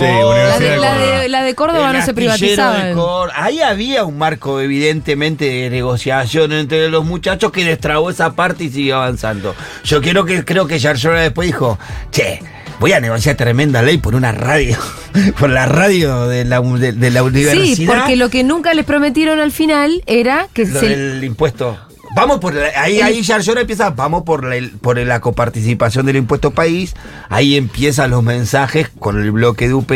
A: Ah, La de,
D: Córdoba.
A: la de- la de Córdoba
D: El
A: no se
D: astillero de
A: privatizaban.
D: Cor- Ahí había un marco, evidentemente, de negociación entre los muchachos que destrabó esa parte y siguió avanzando. Yo quiero que, creo que Yarlora después dijo, che, voy a negociar tremenda ley por una radio, por la radio de la, de, de la universidad.
A: Sí, porque lo que nunca les prometieron al final era que
D: Lo
A: se.
D: del impuesto. Vamos por la- ahí,
A: El-
D: ahí Yarlora empieza, vamos por la, por la coparticipación del impuesto país, ahí empiezan los mensajes con el bloque de UP,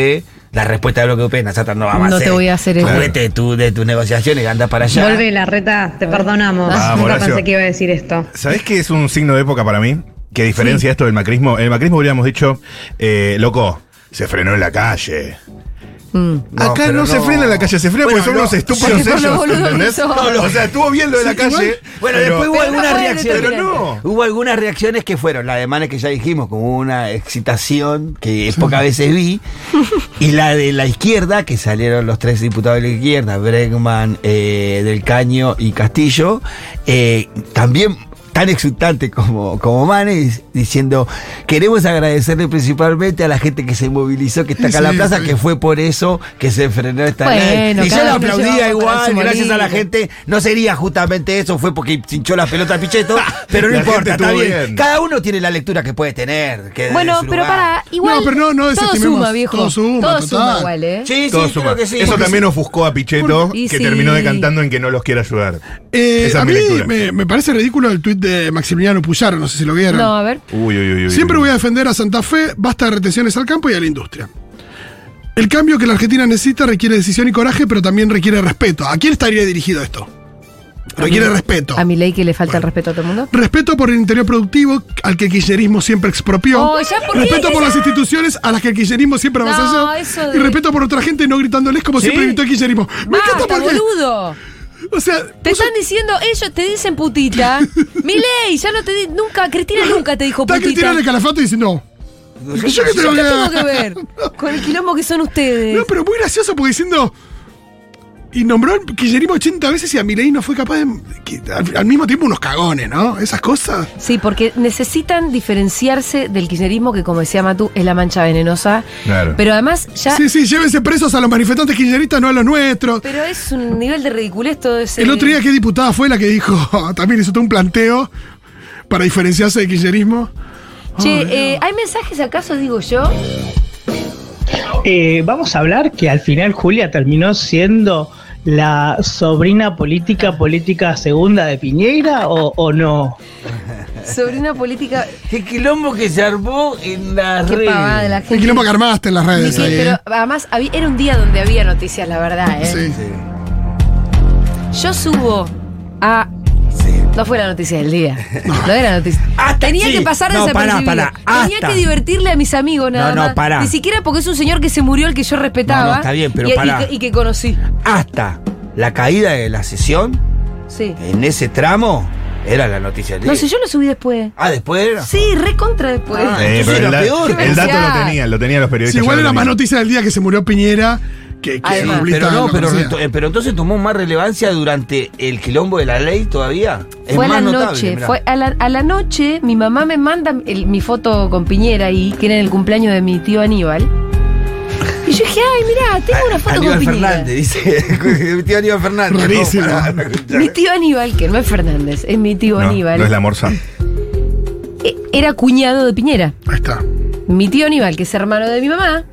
D: la respuesta del bloque de UP, Nasata no va a
A: No te voy a hacer eso.
D: Vete de, tu- de tus negociaciones, anda para allá.
L: Vuelve la reta, te perdonamos.
B: Ah,
L: Nunca
B: Horacio.
L: pensé que iba a decir esto.
B: ¿Sabés qué es un signo de época para mí? Que diferencia esto del macrismo. En el macrismo hubiéramos dicho, eh, loco, se frenó en la calle.
A: Mm.
B: Acá no, se frena en la calle, se frena
D: Bueno,
B: porque son
D: no.
B: unos estúpidos
D: Porque son los
B: ellos,
D: boludos que
B: ¿entendés?
D: son.
B: o sea, estuvo bien lo de la
D: Sí,
B: calle.
D: igual. Bueno,
B: pero-
D: después hubo algunas
B: pueden
D: reacciones.
B: detener. Pero
D: Hubo algunas reacciones que fueron, la de Manes que ya dijimos, como una excitación que pocas veces vi, y la de la izquierda, que salieron los tres diputados de la izquierda, Bregman, eh, Del Caño y Castillo, eh, también tan exultante como, como Manes, diciendo, queremos agradecerle principalmente a la gente que se movilizó, que está acá en la
B: Sí,
D: plaza,
B: sí.
D: que fue por eso que se frenó esta
A: Bueno,
D: ley. Y yo
A: cada
D: lo
A: uno
D: aplaudía
A: llevaba para
D: igual,
A: su
D: gracias a la
A: molino.
D: gente gente, Este, no sería justamente eso, fue porque hinchó la pelota a Pichetto, pero no
B: La gente
D: importa, está
B: estuvo
D: bien.
B: bien.
D: Cada uno tiene la lectura que puede tener. que
A: Bueno,
D: de su
A: pero
D: lugar.
A: para, igual.
C: No, pero no, no
A: todo
C: desestimemos,
A: suma, viejo.
C: todo suma, total.
A: igual, ¿eh?
D: Sí, sí,
B: todo
D: creo
B: suma.
D: que sí.
B: Eso
D: Porque
B: también
D: sí.
B: ofuscó a Pichetto,
A: Y
B: que
A: sí.
B: terminó decantando en que no los quiere ayudar.
C: Eh,
B: Esa
C: a
B: es mi
C: mí
B: lectura.
C: me, me parece ridículo el tuit de Maximiliano Puyar, no sé si lo vieron.
A: No, a ver.
B: Uy, uy, uy, uy.
C: Siempre voy a defender a Santa Fe, basta de retenciones al campo y a la industria. El cambio que la Argentina necesita requiere decisión y coraje, pero también requiere respeto. ¿A quién estaría dirigido esto? Requiere respeto.
A: A mi ley que le falta el respeto a todo el mundo.
C: Respeto por el interior productivo al que el kirchnerismo siempre expropió.
A: Oh, ya, ¿por qué?
C: respeto por
A: Ya.
C: las instituciones a las que el kirchnerismo siempre
A: No,
C: avasalló.
A: eso
C: Y
A: de-
C: respeto por otra gente no gritándoles como
B: ¿Sí?
C: siempre gritó el kirchnerismo. Me encanta
A: ¡Basta,
C: porque.
A: boludo!
C: O sea,
A: Te
C: puso-
A: están diciendo, ellos te dicen putita. Milei, ya no te di, nunca, Cristina nunca te dijo
C: está
A: putita.
C: Cristina de Calafate diciendo. No. ¿Y yo qué tengo que
A: ¿Qué tengo que ver? Con el quilombo que son ustedes.
C: No, pero muy gracioso porque diciendo. Y nombró a Kirchnerismo 80 veces y a Milei no fue capaz de. que- al, al mismo tiempo unos cagones, ¿no? Esas cosas.
A: Sí, porque necesitan diferenciarse del kirchnerismo que, como decía Matú, es la mancha venenosa.
B: Claro.
A: Pero además ya...
C: Sí, sí, llévense presos a los manifestantes kirchneristas, no a los nuestros.
A: Pero es un nivel de ridiculez todo ese...
C: El otro día, ¿qué diputada fue la que dijo? También hizo todo un planteo para diferenciarse de kirchnerismo.
A: Che,
C: Ay,
A: eh, ¿hay mensajes acaso, digo yo?
M: Eh, vamos a hablar que al final Julia terminó siendo la sobrina política, política segunda de Piñeira o, o no?
A: Sobre una política...
D: Qué quilombo que se armó en la
A: Qué
D: red.
A: pavada de la gente.
C: El quilombo que armaste en las redes.
A: Miguel,
C: ahí,
A: pero
C: ¿eh?
A: además había- era un día donde había noticias, la verdad, ¿eh?
C: Sí.
A: Yo subo a. No fue la noticia del día. No era noticia.
D: Hasta-
A: Tenía
D: sí.
A: que pasar
D: No, pará,
A: desapercibido.
D: pará.
A: Tenía
D: Hasta.
A: que divertirle a mis amigos nada
D: No, no,
A: más.
D: pará.
A: Ni siquiera porque es un señor que se murió el que yo respetaba.
D: No, no, está bien, pero
A: y, y
D: pará.
A: que- y que conocí.
D: Hasta la caída de la sesión,
A: Sí.
D: en ese tramo, era la noticia del
A: No
D: día.
A: sé, yo lo subí después.
D: Ah, después era.
A: Sí, recontra después.
D: Ah,
B: Eh,
D: Entonces
B: pero el,
D: era
B: da-
D: peor.
B: el dato
A: Demasiado.
B: lo tenían, lo tenían los periodistas.
C: Sí, igual
B: ya lo
C: era más
B: tenían.
C: noticia del día que se murió Piñera que, que
A: Además.
C: Pablita
D: Pero no,
C: lo
D: pero,
C: conocía.
D: reto- eh, pero entonces tomó más relevancia durante el quilombo de la ley todavía. Es
A: fue a la
D: más notable,
A: noche,
D: mirá.
A: fue a la, a la noche, mi mamá me manda el- mi foto con Piñera ahí, que era en el cumpleaños de mi tío Aníbal. Y yo dije, ay, mirá, tengo una foto
D: Aníbal
A: con Piñera.
D: Fernández, dice. Mi tío Aníbal Fernández.
C: Rarísimo.
D: No, pará, escuchá.
A: Mi tío Aníbal, que no es Fernández, es mi tío
B: No,
A: Aníbal,
B: no
D: eh.
B: es la morsa.
A: e- era cuñado de Piñera.
C: Ahí está.
A: Mi tío Aníbal, que es hermano de mi mamá,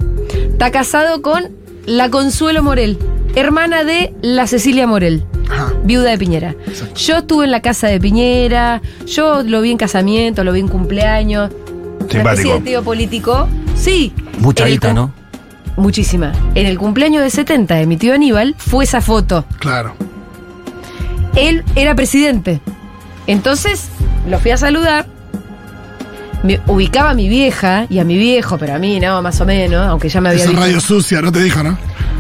A: está casado con la Consuelo Morel, hermana de la Cecilia Morel,
C: Ajá.
A: viuda de Piñera. Yo estuve en la casa de Piñera, yo lo vi en casamiento, lo vi en cumpleaños. Una especie
B: Simpático.
A: de tío político. Sí.
D: Mucha
A: En el
D: guita,
A: cum-
D: ¿no?
A: Muchísima. En el cumpleaños de 70 de mi tío Aníbal fue esa foto.
C: Claro.
A: él era presidente. Entonces lo fui a saludar. Me ubicaba a mi vieja y a mi viejo, pero a mí no, más o menos, aunque ya me había
C: Esa
A: dicho.
C: radio sucia, no te dijo, ¿no?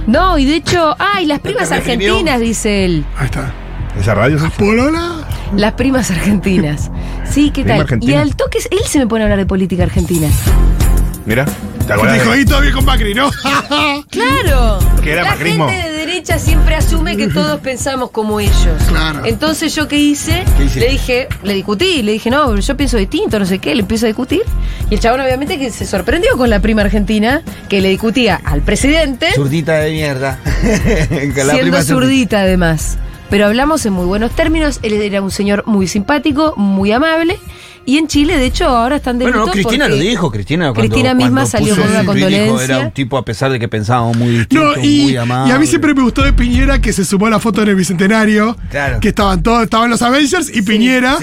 A: No, y de hecho, ay, las primas
D: te reprimió?
A: argentinas, dice él.
C: Ahí está.
B: Esa radio.
C: ¿Las polola?
A: Las primas argentinas. Sí, ¿qué
B: Prima
A: tal? Y
B: argentina.
A: al toque, él se me pone a hablar de política argentina.
B: Mira. ¿Te
C: Te
B: acordás?
C: dijo,
B: de-
C: ahí todavía con Macri, ¿no?
A: ¡Claro!
B: ¿Qué era
A: La
B: macrismo?
A: gente de derecha siempre asume que todos pensamos como ellos. Entonces yo qué hice,
D: ¿Qué hiciste?
A: le dije, le discutí, le dije, no, yo pienso distinto, no sé qué, le empiezo a discutir. Y el chabón obviamente que se sorprendió con la prima argentina, que le discutía al presidente,
D: Zurdita de mierda. Que la
A: siendo
D: prima se-
A: zurdita además. Pero hablamos en muy buenos términos, él era un señor muy simpático, muy amable. Y en Chile, de hecho, ahora están de
D: Bueno, no,
A: luto
D: Cristina lo
A: porque
D: dijo, Cristina. Cuando,
A: Cristina misma
D: cuando
A: salió
D: puso
A: con una
D: su tweet dijo,
A: condolencia.
D: Era un tipo, a pesar de que pensábamos muy distinto,
C: No, y,
D: muy
C: y
D: amable.
C: a mí siempre me gustó de Piñera que se sumó a la foto en el bicentenario.
D: Claro.
C: Que estaban todos, estaban los Avengers y Piñera.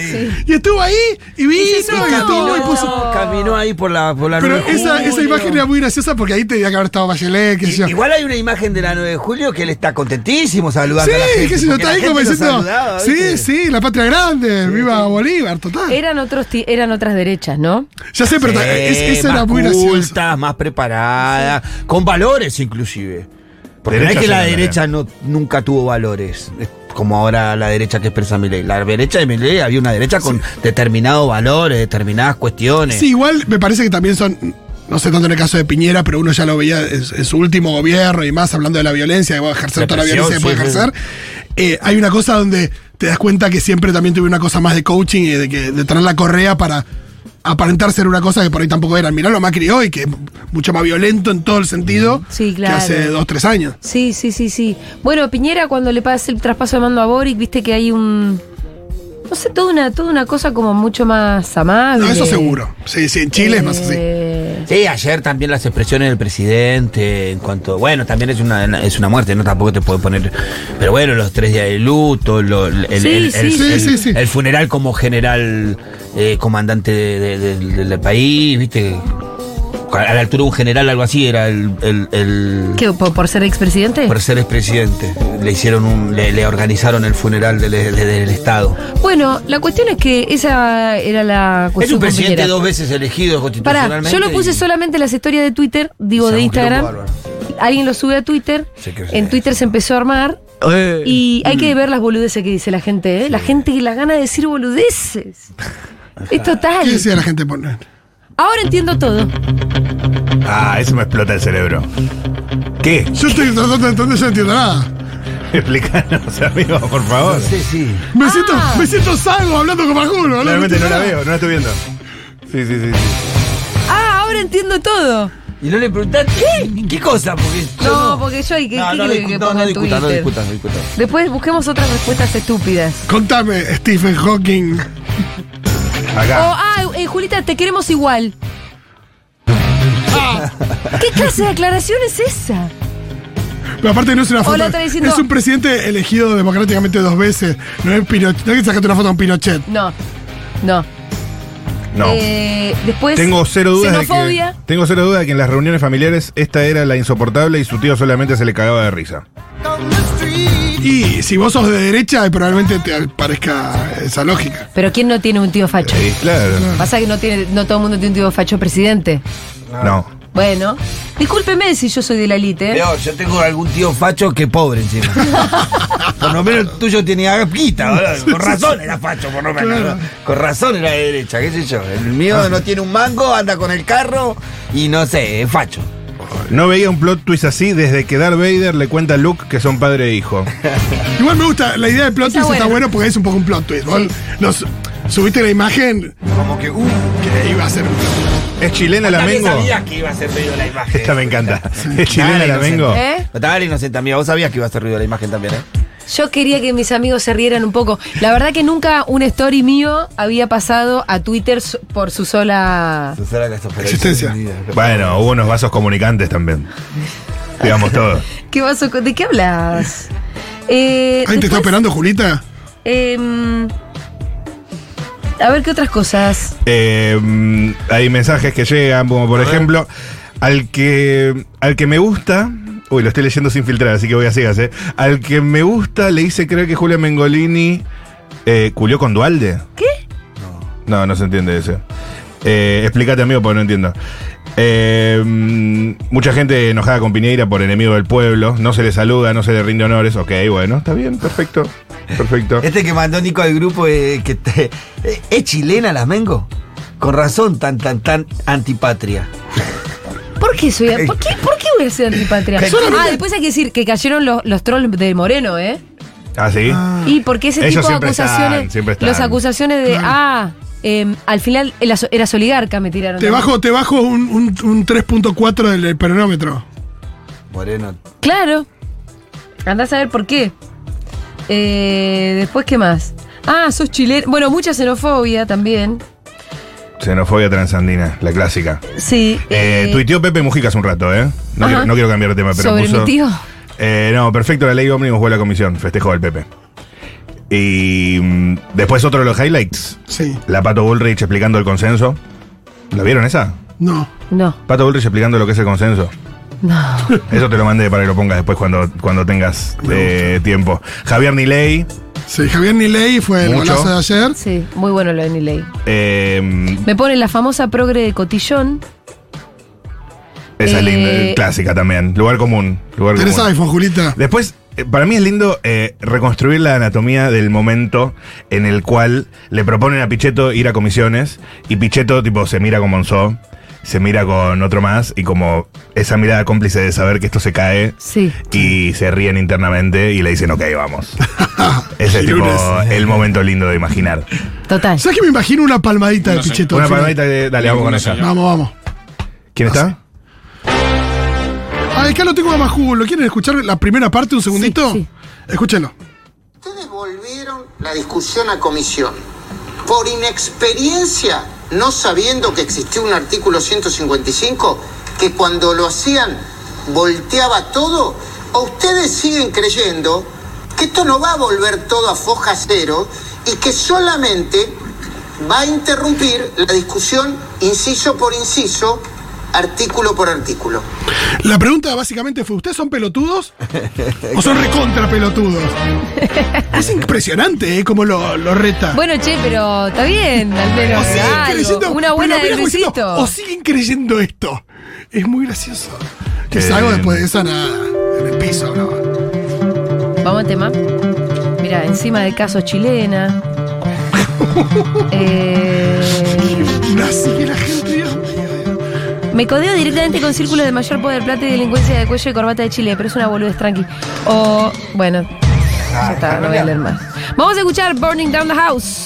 C: Y estuvo ahí y vino y, estuvo y puso.
D: Caminó ahí por la, por la
C: Pero
D: 9 de
C: esa, esa
D: julio.
C: imagen era muy graciosa porque ahí tenía que haber estado Bachelet, qué sé yo.
D: Igual hay una imagen de la 9 de julio que él está contentísimo saludando a la gente.
C: Sí, qué sé yo,
D: porque
C: está
D: la
C: ahí
D: gente
C: como
D: lo
C: diciendo.
D: saludaba,
C: Sí,
D: ¿viste?
C: sí, la patria grande, viva Bolívar, total.
A: Eran, otros, ti- eran otras derechas, ¿no?
C: Ya sé, pero
D: Sí,
C: ta- es- esa era
D: más
C: muy graciosa.
D: culta, más preparada, con valores inclusive. Porque no
B: Derecha
D: es que la
B: sí,
D: derecha no, nunca tuvo valores, es como ahora la derecha que expresa Milei. La derecha de Milei había una derecha con determinados valores, determinadas cuestiones.
C: Sí, igual me parece que también son. No sé tanto en el caso de Piñera, pero uno ya lo veía en, en su último gobierno y más hablando de la violencia, de bueno, ejercer toda la
D: Represión,
C: violencia que puede
D: sí, sí.
C: ejercer. Eh, hay una cosa donde te das cuenta que siempre también tuve una cosa más de coaching y de, que, de tener la correa para aparentar ser una cosa que por ahí tampoco era. Mirá lo Macri hoy, que es mucho más violento en todo el sentido
A: Mm. Sí, claro.
C: que hace dos, tres años.
A: Sí, sí, sí, sí. Bueno, Piñera cuando le pasa el traspaso de mando a Boric, viste que hay un... No sé, toda una, toda una cosa como mucho más amable.
C: No, eso seguro. Sí, sí, en Chile es más así.
A: Eh,
D: Sí, ayer también las expresiones del presidente en cuanto, bueno, también es una es una muerte, no tampoco te puedo poner, pero bueno, los tres días de luto, lo- el, el-
A: Sí,
D: el-
A: sí,
D: el-
A: sí,
D: el-
C: sí, sí.
D: el funeral como general eh, comandante de- de- de- del país, viste, a la altura de un general algo así era el, el- el-
A: ¿Qué? ¿Por, por ser expresidente?
D: por ser expresidente, le hicieron un, le, le organizaron el funeral del, del- del estado.
A: Bueno, la cuestión es que esa era la
D: Es
A: cuestión
D: un
A: con
D: presidente
A: Piñera.
D: dos veces elegido
A: Pues Pará,
D: constitucionalmente.
A: yo lo puse
D: y-
A: solamente en las historias de Twitter, digo
D: Se
A: de
D: armó un quilombo
A: Instagram.
D: bárbaro.
A: Alguien lo sube a Twitter.
D: Sí, que sí.
A: En Twitter se empezó a armar.
D: Eh.
A: Y hay que ver las boludeces que dice la gente, ¿eh? La gente que la gana de decir boludeces. Es total.
C: ¿Qué decía la gente poner?
A: Ahora entiendo todo.
B: Ah, eso me explota el cerebro. ¿Qué?
C: Yo estoy tratando de entender, yo no entiendo nada.
B: Explícanos, amigo, por favor.
D: Sí, sí.
C: Me siento,
A: Ah.
C: me siento salvo hablando con Facundo. boludo,
B: Realmente no
C: entiendo
B: la
C: nada.
B: veo, no la estoy viendo. Sí, sí, sí. sí.
A: Ah, ahora entiendo todo.
D: Y no le preguntaste qué, ¿Qué cosa, porque
A: No, porque yo hay que,
D: No,
A: ¿qué
D: no,
A: quiere
D: discu-
A: que
D: no,
A: ponga
D: no
A: en
D: discutas, no
A: Twitter?
D: discutas, no discutas.
A: Después busquemos otras respuestas estúpidas.
C: Contame, Stephen Hawking.
A: O,
D: Oh,
B: Acá.
A: ah, eh, Julita, te queremos igual. ¿Qué clase de aclaración es esa?
C: Pero aparte no es una
A: O la
C: foto.
A: otra diciendo-
C: Es un presidente elegido democráticamente dos veces. No es Pinochet. No es que sacaste una foto con Pinochet.
A: No, no.
B: No.
A: Eh, después.
B: Tengo cero dudas de
A: Xenofobia.
B: que, tengo cero duda de que en las reuniones familiares esta era la insoportable y su tío solamente se le cagaba de risa.
C: Y si vos sos de derecha, probablemente te parezca esa lógica.
A: Pero ¿quién no tiene un tío facho?
B: Sí, claro.
A: Pasa que no tiene, no todo el mundo tiene un tío facho presidente.
B: No.
A: Bueno, discúlpeme si yo soy de la elite. ¿eh?
D: Peor, yo tengo algún tío facho que pobre encima. por lo menos el tuyo tenía guita, boludo. Con razón era facho, por lo menos.
C: Claro.
D: Con razón era de derecha, qué sé yo. El mío no tiene un mango, anda con el carro y no sé, es facho.
B: No veía un plot twist así desde que Darth Vader le cuenta a Luke que son padre e hijo.
C: Igual me gusta. La idea del plot
A: Está
C: twist está
A: bueno.
C: bueno porque es un poco un plot twist. Vos nos- subiste la imagen
D: Como que, uh,
C: que iba a ser un plot twist.
B: ¿Es chilena la
D: también
B: Mengo?
D: sabías que iba a ser ruido la imagen.
B: Esta me encanta. ¿Es chilena la Mengo?
A: ¿Eh?
D: Estaba inocente, amigo. Vos sabías que iba a ser ruido la imagen también, ¿eh?
A: Yo quería que mis amigos se rieran un poco. La verdad que nunca un story mío había pasado a Twitter so- por su sola.
D: Susana Castofera.
C: Existencia.
B: Bueno, hubo unos vasos comunicantes también. Digamos todo.
A: ¿Qué vaso co- ¿De qué hablas? Eh,
C: Ay, te está
A: después,
C: operando, Julita.
A: em, a ver qué otras cosas.
B: Eh, mm, hay mensajes que llegan, como por ejemplo, al que, al que me gusta. Uy, lo estoy leyendo sin filtrar, así que voy a ciegas, ¿eh? Al que me gusta le hice creer que Julia Mengolini eh, culió con Dualde. ¿Qué? No, no, se entiende eso. Eh, explícate, amigo, porque no entiendo. Eh, mm, mucha gente enojada con Piñeira por enemigo del pueblo. No se le saluda, no se le rinde honores. Ok, bueno, está bien, perfecto. Perfecto.
D: Este que mandó Nico al grupo eh, que te- eh, es chilena la Mengo. Con razón tan tan tan antipatria.
A: ¿Por ¿Por qué soy ¿Por qué, por qué voy a ser antipatria?
B: ¿Qué?
A: Ah, después hay que decir que cayeron los, los trolls de Moreno, ¿eh?
B: ¿Ah, sí?
A: Y porque ese
B: Ellos
A: tipo de
B: siempre están,
A: acusaciones.
B: siempre están.
A: Las acusaciones de. Ah, em, al final eras, eras oligarca, me tiraron.
C: Te bajo, te bajo un, un- un 3.4 del peronómetro.
D: Moreno.
A: Claro. Andás a ver por qué. Eh, después, ¿qué más? Ah, sos chileno. Bueno, mucha xenofobia también.
B: Xenofobia transandina, la clásica.
A: Sí.
B: Eh,
A: eh,
B: tuiteó Pepe Mujica hace un rato, ¿eh? No,
A: Ajá.
B: quiero, no quiero cambiar de tema, pero
A: ¿Sobre
B: puso.
A: mi tío?
B: Eh, no, perfecto, la ley ómnibus vuelve a comisión, festejó el Pepe. Y mm, después otro de los highlights.
C: Sí.
B: La Pato Bullrich explicando el consenso. ¿La vieron esa?
C: No.
A: No,
B: Pato Bullrich explicando lo que es el consenso.
A: no.
B: Eso te lo mandé para que lo pongas después cuando, cuando tengas eh, tiempo. Javier Niley.
C: Sí, Javier Niley fue el
B: Mucho.
C: golazo de ayer.
A: Sí, muy bueno lo de Niley.
B: eh,
A: Me pone la famosa progre de cotillón.
B: esa es linda,
A: Eh,
B: clásica también. Lugar común. Lugar
C: Tenés
B: común.
C: iPhone, Julita.
B: Después, eh, para mí es lindo eh, reconstruir la anatomía del momento en el cual le proponen a Pichetto ir a comisiones y Pichetto tipo se mira con Monzó, se mira con otro más y como esa mirada cómplice de saber que esto se cae
A: Sí.
B: y se ríen internamente y le dicen ok, vamos. Ese es tipo
C: Girones.
B: el momento lindo de imaginar.
A: Total.
C: ¿Sabes que me imagino una palmadita de Pichetto?
B: Una
C: al final?
B: palmadita de- dale, vamos con esa.
C: Vamos, vamos.
B: ¿Quién está?
C: Ah, acá lo tengo a Majú. ¿Lo quieren escuchar la primera parte un segundito? Escúchenlo.
N: Ustedes volvieron la discusión a comisión. Por inexperiencia, no sabiendo que existía un artículo 155, que cuando lo hacían volteaba todo, o ustedes siguen creyendo que esto no va a volver todo a foja cero y que solamente va a interrumpir la discusión inciso por inciso, artículo por artículo.
C: La pregunta básicamente fue: ¿Ustedes son pelotudos o son recontra pelotudos? Es impresionante, ¿eh? Como lo, lo reta.
A: Bueno, che, pero está bien, al menos.
C: O siguen
A: algo.
C: creyendo-
A: Una buena de
C: pero mira como diciendo,
A: Luisito.
C: O siguen creyendo esto. Es muy gracioso. Te
B: Eh,
C: salgo después de esa nada. En el piso, ¿no?
A: Vamos al tema. Mira, encima de casos chilena. Eh,
C: Así que la gente. Dios mío.
A: me codeo directamente con círculos de mayor poder, plata y delincuencia de cuello y corbata de Chile, pero es una boludez tranqui.
C: Ah,
A: O, bueno, ya está, no voy a leer más. Vamos a escuchar Burning Down the House.